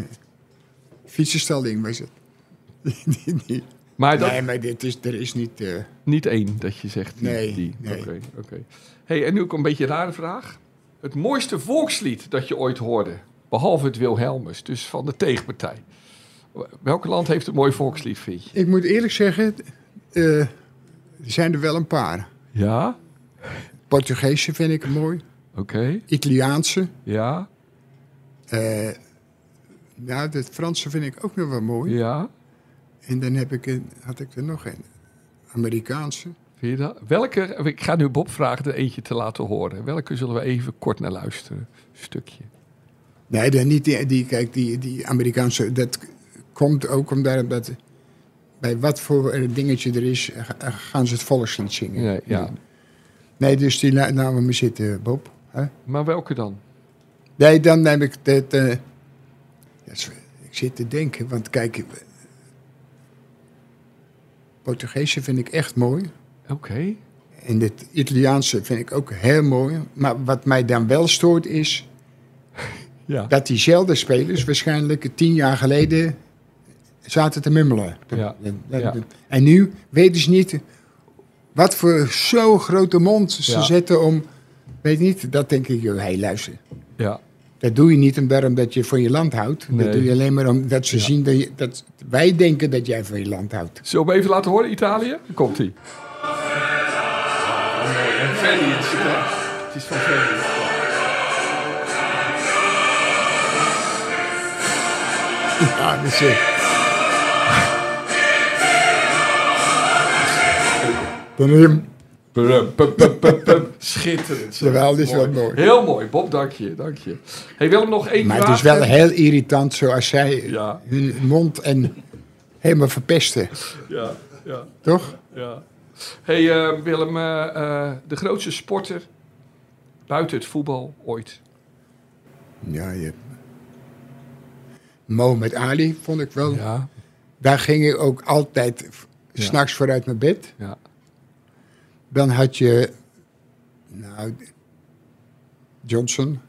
S2: fietsenstalling, was het. Die- die-
S3: Maar dat,
S2: nee, maar dit is, er is niet... eh,
S3: niet één dat je zegt. Die,
S2: Nee,
S3: die.
S2: nee.
S3: Oké, oké. Hey, en nu ook een beetje een rare vraag. Het mooiste volkslied dat je ooit hoorde, behalve het Wilhelmus, dus van de tegenpartij. Welk land heeft een mooi volkslied, vind je?
S2: Ik moet eerlijk zeggen, eh, er zijn er wel een paar.
S3: Ja?
S2: Portugeesje vind ik mooi.
S3: Oké.
S2: Italiaanse.
S3: Ja?
S2: eh ja, het Franse vind ik ook nog wel mooi.
S3: Ja?
S2: En dan heb ik een, had ik er nog een. Amerikaanse.
S3: Vind je dat? Welke, ik ga nu Bob vragen er eentje te laten horen. Welke zullen we even kort naar luisteren? Stukje.
S2: Nee, dan niet die, die, kijk, die, die Amerikaanse. Dat komt ook omdat dat, bij wat voor eh, dingetje er is, eh, eh, gaan ze het volkslied zingen.
S3: Ja, ja.
S2: Nee, dus die la- laten we zitten, Bob. Hè?
S3: Maar welke dan?
S2: Nee, dan neem ik dat. eh, dat is- ik zit te denken, want kijk. eh, Portugeesje vind ik echt mooi.
S3: Oké.
S2: En dit Italiaanse vind ik ook heel mooi. Maar wat mij dan wel stoort is
S3: Ja.
S2: dat diezelfde spelers waarschijnlijk tien jaar geleden zaten te mummelen.
S3: Ja. Ja.
S2: En nu weten ze niet wat voor zo'n grote mond ze
S3: Ja.
S2: zetten om... Weet niet, dat denk ik, joh, hey, luister.
S3: Ja.
S2: Dat doe je niet omdat- omdat je van je land houdt.
S3: Nee.
S2: Dat doe je alleen maar omdat ze zien dat, je, dat wij denken dat jij van je land houdt.
S3: Zullen we hem even laten horen, Italië? Komt ie.
S2: Ja, dat is... eh. Brum.
S3: Schitterend. zeg.
S2: Jawel, dit is wel mooi.
S3: Heel mooi. Bob, dank je. Dank je. Hey, Willem, nog één
S2: Maar
S3: vraag.
S2: het is wel heel irritant zoals zij
S3: Ja.
S2: hun mond en helemaal verpesten,
S3: Ja, ja,
S2: toch?
S3: ja. hey, eh, Willem, eh, eh, de grootste sporter buiten het voetbal ooit.
S2: Ja, je... Mohamed Ali vond ik wel. Daar ging ik ook altijd v-
S3: Ja.
S2: s'nachts voor uit mijn bed.
S3: Ja.
S2: Dan had je... Nou, Johnson.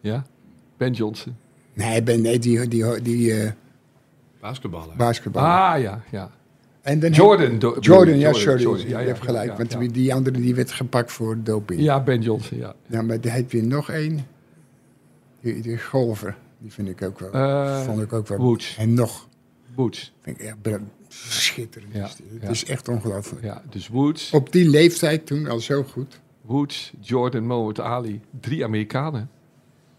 S3: Ja? Ben Johnson.
S2: Nee, ben, nee die, die, die eh,
S5: Basketballer.
S2: basketballer.
S3: Ah, ja, ja.
S2: En dan
S3: Jordan, do-
S2: Heb, Jordan, ja,
S3: Jordan,
S2: sorry.
S3: sorry, ja,
S2: je
S3: ja,
S2: hebt gelijk.
S3: ja,
S2: want
S3: ja.
S2: die- die andere die werd gepakt voor doping.
S3: Ja, Ben Johnson, ja.
S2: Nou, maar daar heb je nog één. Die, die golfer. Die vind ik ook wel.
S3: Eh,
S2: vond ik ook wel.
S3: Woods.
S2: En nog.
S3: Woods.
S2: Vind ik echt bra- schitterend.
S3: Ja,
S2: is die. Het
S3: ja.
S2: is echt ongelooflijk.
S3: Ja, dus Woods,
S2: Op die leeftijd toen al zo goed.
S3: Woods, Jordan, Mohamed Ali. Drie Amerikanen.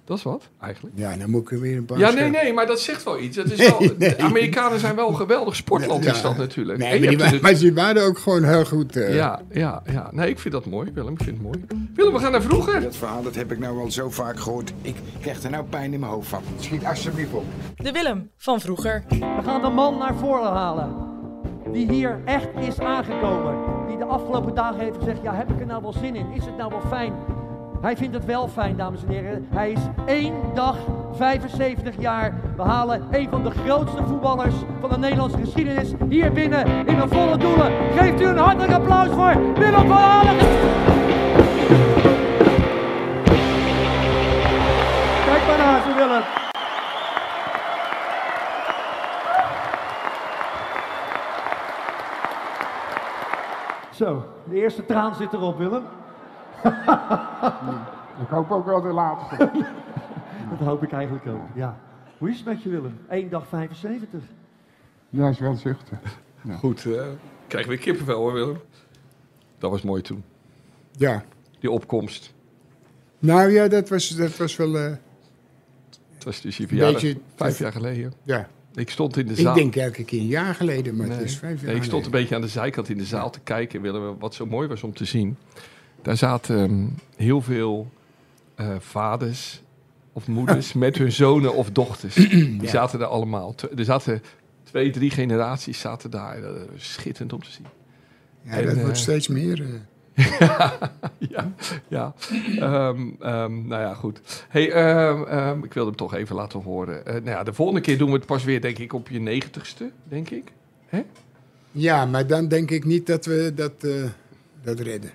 S3: Dat is wat, eigenlijk.
S2: Ja, dan moet ik er weer een paar.
S3: Ja, nee,
S2: zeggen.
S3: nee, maar dat zegt wel iets. Dat is
S2: Nee,
S3: wel, de
S2: nee.
S3: Amerikanen zijn wel een geweldig sportland,
S2: Ja.
S3: is dat natuurlijk.
S2: Nee,
S3: En je
S2: maar, die,
S3: hebt
S2: wa-
S3: dus-
S2: maar die waren ook gewoon heel goed. eh,
S3: Ja, ja, ja. Nee, ik vind dat mooi, Willem. Ik vind het mooi. Willem, we gaan naar vroeger.
S6: Dat verhaal dat heb ik nou al zo vaak gehoord. Ik krijg er nou pijn in mijn hoofd van. Schiet alsjeblieft op.
S4: De Willem van vroeger.
S7: We gaan een man naar voren halen. Die hier echt is aangekomen. Die de afgelopen dagen heeft gezegd: Ja, heb ik er nou wel zin in? Is het nou wel fijn? Hij vindt het wel fijn, dames en heren. Hij is één dag 75 jaar. We halen een van de grootste voetballers van de Nederlandse geschiedenis hier binnen in de volle doelen. Geeft u een hartelijk applaus voor Willem van Halen. Kijk maar naar ze, Willem. Zo, de eerste traan zit erop, Willem.
S6: Ik hoop ook wel de laatste.
S7: Dat hoop ik eigenlijk ook, ja. Hoe is het met je, Willem? Eén dag 75.
S6: Ja, is wel zuchten.
S3: Goed, eh krijgen we kippenvel hoor, Willem. Dat was mooi toen.
S2: ja.
S3: Die opkomst.
S2: Nou ja, dat was, dat was wel. eh,
S3: Het was dus je verjaardag.
S2: Beetje-
S3: Vijf jaar geleden.
S2: ja.
S3: Ik stond in de
S2: Ik
S3: zaal.
S2: denk elke keer een jaar geleden, maar
S3: Nee.
S2: het is vijf jaar.
S3: Nee, ik stond
S2: geleden.
S3: een beetje aan de zijkant in de zaal te kijken. Willem, wat zo mooi was om te zien. Daar zaten ehm, heel veel eh, vaders of moeders met hun zonen of dochters. Die zaten daar allemaal. Tw- Er zaten twee, drie generaties zaten daar. Eh, schitterend om te zien.
S2: Ja, dat
S3: en,
S2: wordt
S3: eh,
S2: steeds meer. eh.
S3: Ja, ja. Ehm, ehm, nou ja, goed. Hey, ehm, ehm, ik wilde hem toch even laten horen. Eh, nou ja, de volgende keer doen we het pas weer, denk ik, op je negentigste, denk ik.
S2: Ja, maar dan denk ik niet dat we dat, eh, dat redden.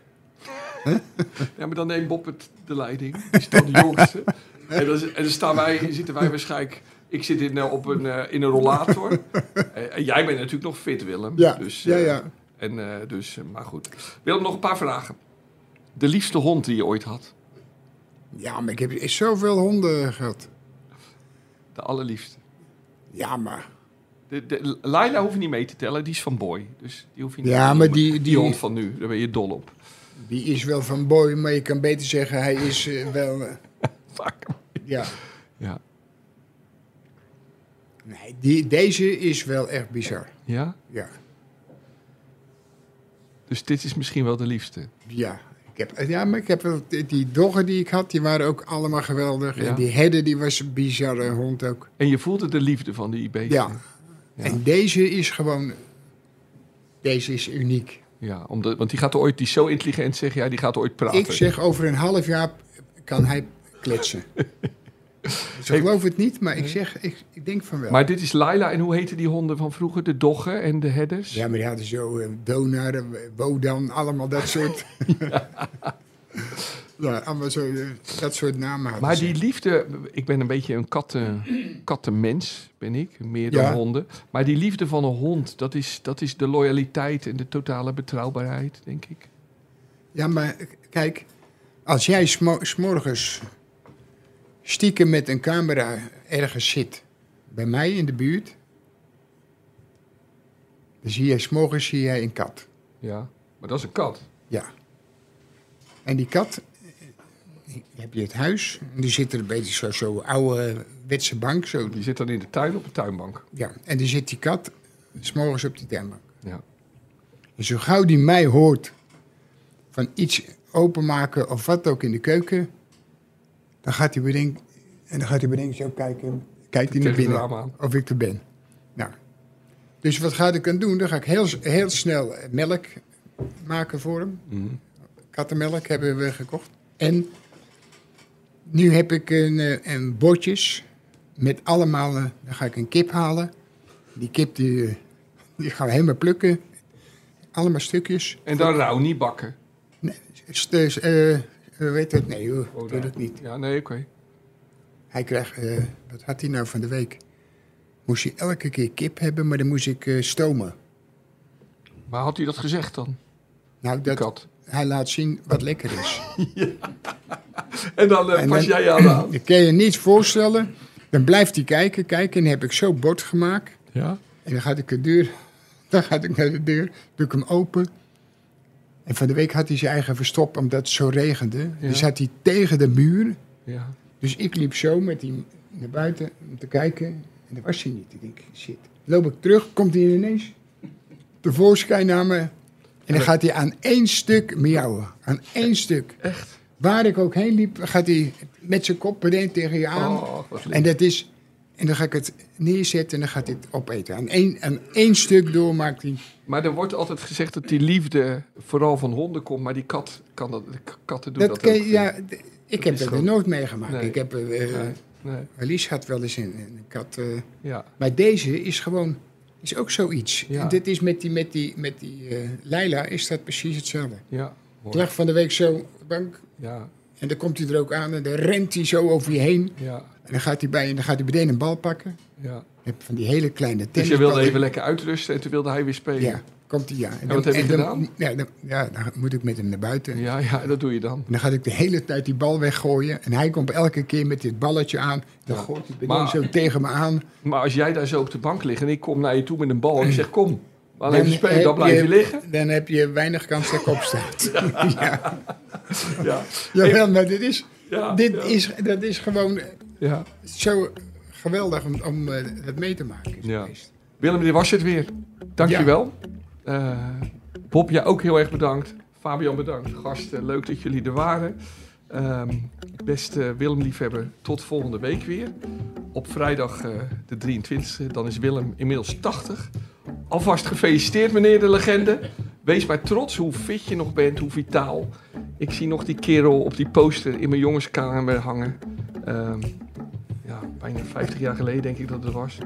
S3: Ja, maar dan neemt Bob het, de leiding. Die is dan de jongste. En dan, en dan staan wij, zitten wij waarschijnlijk... Ik zit in, eh, op een, eh, in een rollator. Eh, en jij bent natuurlijk nog fit, Willem.
S2: Ja,
S3: dus,
S2: ja,
S3: eh,
S2: ja.
S3: En, eh, dus, eh, maar goed. Willem, nog een paar vragen. De liefste hond die je ooit had?
S2: Ja, maar ik heb zoveel honden gehad.
S3: De allerliefste.
S2: Ja, maar
S3: De, de, Laila hoef je niet mee te tellen, die is van Boy. Dus die hoef je niet
S2: Ja,
S3: te
S2: maar
S3: noemen.
S2: die- die-
S3: hond van nu, daar ben je dol op.
S2: Die is wel van boy, maar je kan beter zeggen hij is eh, wel... eh,
S3: Fuck.
S2: ja.
S3: Ja.
S2: Nee, die, deze is wel echt bizar.
S3: ja,
S2: Ja.
S3: dus dit is misschien wel de liefste.
S2: Ja. Ik heb, ja, maar ik heb wel... Die doggen die ik had, die waren ook allemaal geweldig.
S3: Ja.
S2: En die Hedde, die was een bizarre hond ook.
S3: En je voelde de liefde van die beesten.
S2: Ja. En deze is gewoon... Deze is uniek.
S3: ja omdat, want die gaat ooit, die is zo intelligent, zeg jij, die gaat ooit praten.
S2: Ik zeg over een half jaar kan hij kletsen. Ze gelooven het niet, maar ik zeg, ik, ik denk van wel.
S3: Maar dit is Laila en hoe heten die honden van vroeger? De doggen en de herders?
S2: ja, maar die hadden zo eh, Donar, eh, Wodan, allemaal dat soort. ja, allemaal zo, eh, dat soort namen hadden
S3: Maar
S2: ze.
S3: die liefde, ik ben een beetje een katten, kattenmens, ben ik, meer dan
S2: Ja.
S3: honden. Maar die liefde van een hond, dat is, dat is de loyaliteit en de totale betrouwbaarheid, denk ik.
S2: Ja, maar k- kijk, als jij smo- 's morgens stiekem met een camera ergens zit, bij mij in de buurt, dan zie jij 's morgens zie jij een kat.
S3: Ja, maar dat is een kat.
S2: Ja. En die kat, eh, heb je het huis, en die zit er een beetje zo- zo'n oude wetse bank. Zo,
S3: Die zit dan in de tuin op een tuinbank.
S2: ja. En die zit die kat, s'morgens op die tuinbank.
S3: Ja.
S2: En zo gauw die mij hoort van iets openmaken of wat ook in de keuken, dan gaat hij bedenken, en dan gaat hij bedenken zo kijken, kijkt hij naar
S3: Tegen het
S2: binnen
S3: raam aan.
S2: of ik er ben. Nou. Dus wat ga ik dan doen? Dan ga ik heel, s- heel snel melk maken voor hem.
S3: Mhm.
S2: Kattenmelk hebben we gekocht. En nu heb ik een, eh, een bordjes met allemaal... eh, Dan ga ik een kip halen. Die kip die, eh, die gaan we helemaal plukken. Allemaal stukjes.
S3: En dan rauw niet bakken.
S2: S- Dus, eh weet het? Nee hoor,
S3: Oh,
S2: doe
S3: nou.
S2: dat niet.
S3: Ja, nee, oké.
S2: Hij krijgt... eh, wat had hij nou van de week? Moest hij elke keer kip hebben, maar dan moest ik eh, stomen.
S3: Maar had hij dat gezegd dan,
S2: Nou,
S3: de
S2: dat,
S3: kat?
S2: hij laat zien wat lekker is.
S3: En dan eh,
S2: En
S3: pas
S2: dan-
S3: jij je aan aan.
S2: Dat kan je niet voorstellen. Dan blijft hij kijken, kijken. En dan heb ik zo bord gemaakt.
S3: Ja?
S2: En dan gaat ik de deur... Dan ga ik naar de deur, doe ik hem open. En van de week had hij zijn eigen verstop, omdat het zo regende.
S3: Ja.
S2: Dus zat hij tegen de muur.
S3: Ja.
S2: Dus ik liep zo met hem naar buiten om te kijken. En daar was hij niet. Ik denk, shit. Loop ik terug, komt hij ineens tevoorschijn naar me. En dan gaat hij aan één stuk miauwen. Aan één stuk. Echt? Waar ik ook heen liep, gaat hij met zijn kop meteen tegen je aan.
S3: Oh, wat lief.
S2: En dat is... En dan ga ik het neerzetten en dan gaat hij het opeten. Aan één, aan één stuk door maakt hij...
S3: Maar er wordt altijd gezegd dat die liefde vooral van honden komt, maar die kat kan dat, de k- katten doen
S2: Dat
S3: dat,
S2: ken je-
S3: ook.
S2: ja, d- ik heb
S3: is
S2: dat
S3: zo.
S2: nog nooit meegemaakt.
S3: Nee.
S2: Ik heb... eh, eh,
S3: Nee, nee,
S2: Elise had wel eens een, een kat... eh,
S3: ja.
S2: Maar deze is gewoon, is ook zoiets.
S3: Ja.
S2: En dit is met die, met die, met die eh, Leila is dat precies hetzelfde.
S3: Ja,
S2: Ik
S3: mooi.
S2: lag van de week zo op de bank
S3: ja,
S2: en dan komt hij er ook aan en dan rent hij zo over je heen.
S3: ja,
S2: En dan gaat hij bij en dan gaat hij meteen een bal pakken.
S3: ja.
S2: Ik Heb van die hele kleine
S3: Dus
S2: tennis.
S3: je wilde even lekker uitrusten en toen wilde hij weer spelen.
S2: Ja, komt hij ja. En,
S3: wat heb je
S2: en dan,
S3: gedaan?
S2: Ja dan, ja, dan moet ik met hem naar buiten.
S3: ja, ja, dat doe je dan.
S2: En dan ga ik de hele tijd die bal weggooien. En hij komt elke keer met dit balletje aan. Dan
S3: Ja.
S2: gooit hij meteen
S3: Maar-
S2: zo tegen me aan.
S3: Maar als jij daar zo op de bank ligt en ik kom naar je toe met een bal en ik zeg kom, maar even
S2: Dan
S3: spelen,
S2: heb
S3: dan blijf je liggen.
S2: Dan heb je weinig kans dat ik opstaat. ja.
S3: Ja,
S2: Jawel, maar dit is,
S3: ja,
S2: dit
S3: ja,
S2: is, dat is gewoon
S3: ja.
S2: zo geweldig om, om eh, dat mee te maken. is
S3: Ja.
S2: geweest.
S3: Willem, dit was het weer. Dankjewel. Eh Bob, jij ook heel erg bedankt. Fabian, bedankt. Gasten, leuk dat jullie er waren. Ehm, beste Willem-liefhebber, tot volgende week weer. Op vrijdag eh, de 23e, dan is Willem inmiddels 80. Alvast gefeliciteerd, meneer de legende. Wees maar trots hoe fit je nog bent, hoe vitaal. Ik zie nog die kerel op die poster in mijn jongenskamer hangen. Ehm, ja, bijna 50 jaar geleden denk ik dat het was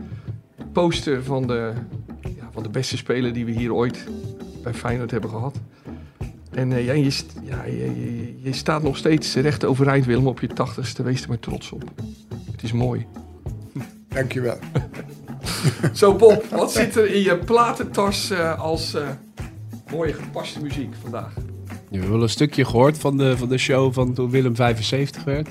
S3: poster van de, ja, van de beste speler die we hier ooit bij Feyenoord hebben gehad. En eh, ja, je, st- ja, je, je, je staat nog steeds recht overeind, Willem, op je tachtigste. Wees er maar trots op. Het is mooi.
S2: Dankjewel.
S3: Zo, Bob, wat zit er in je platentas eh, als eh, mooie gepaste muziek vandaag?
S5: Je hebt wel een stukje gehoord van de, van de show van toen Willem 75 werd.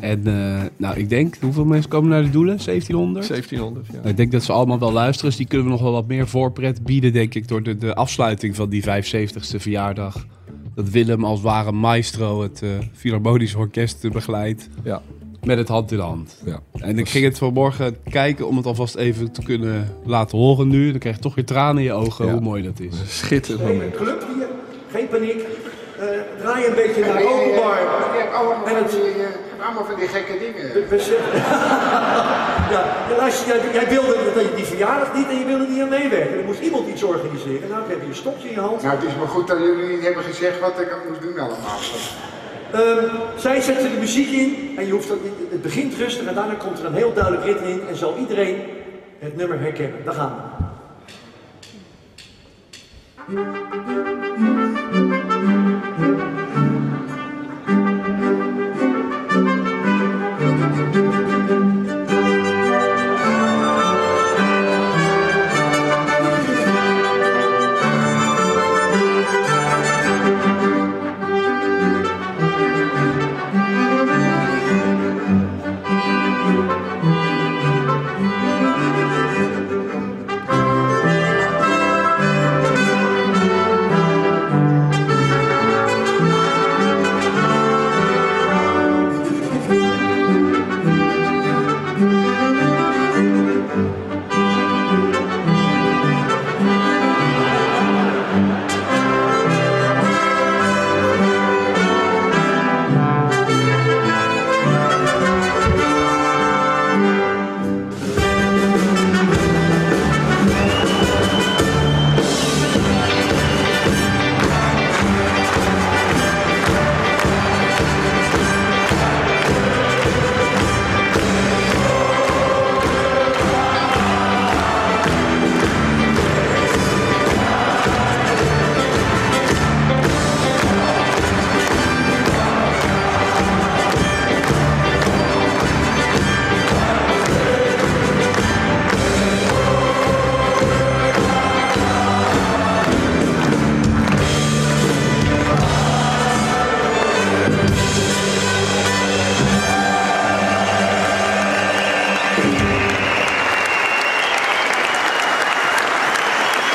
S5: En eh, nou, ik denk, hoeveel mensen komen naar de doelen? 1700?
S3: 1700, ja.
S5: Nou, ik denk dat ze allemaal wel luisteren, dus die kunnen we nog wel wat meer voorpret bieden, denk ik, door de, de afsluiting van die 75ste verjaardag. Dat Willem als ware maestro het eh Philharmonisch Orkest eh, begeleidt.
S3: Ja.
S5: Met het hand in hand.
S3: Ja.
S5: En ik ging het vanmorgen kijken om het alvast even te kunnen laten horen nu. Dan krijg je toch weer tranen in je ogen
S3: Ja.
S5: hoe mooi dat is.
S3: Schitterend
S7: Een
S3: moment.
S7: club hier, geen paniek. Eh, draai een beetje naar openbar.
S6: eh, allemaal,
S7: En het-
S6: van die, eh, allemaal van die gekke dingen.
S7: We zitten- ja, en als je- jij, jij wilde dat je die verjaardag niet en je wilde niet aan meewerken. Er moest iemand iets organiseren. Nou, ik heb hier een stokje in je hand.
S6: Nou, het is maar goed dat jullie niet hebben gezegd wat ik moest doen allemaal.
S7: Ehm, zij zetten de muziek in en je hoeft dat niet, het begint rustig en daarna komt er een heel duidelijk ritme in en zal iedereen het nummer herkennen. Daar gaan we.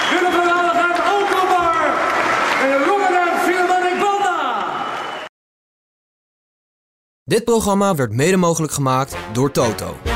S7: Willem van Dalen gaat openbar en de Rotterdam Philharmonic Banda.
S1: Dit programma werd mede mogelijk gemaakt door Toto.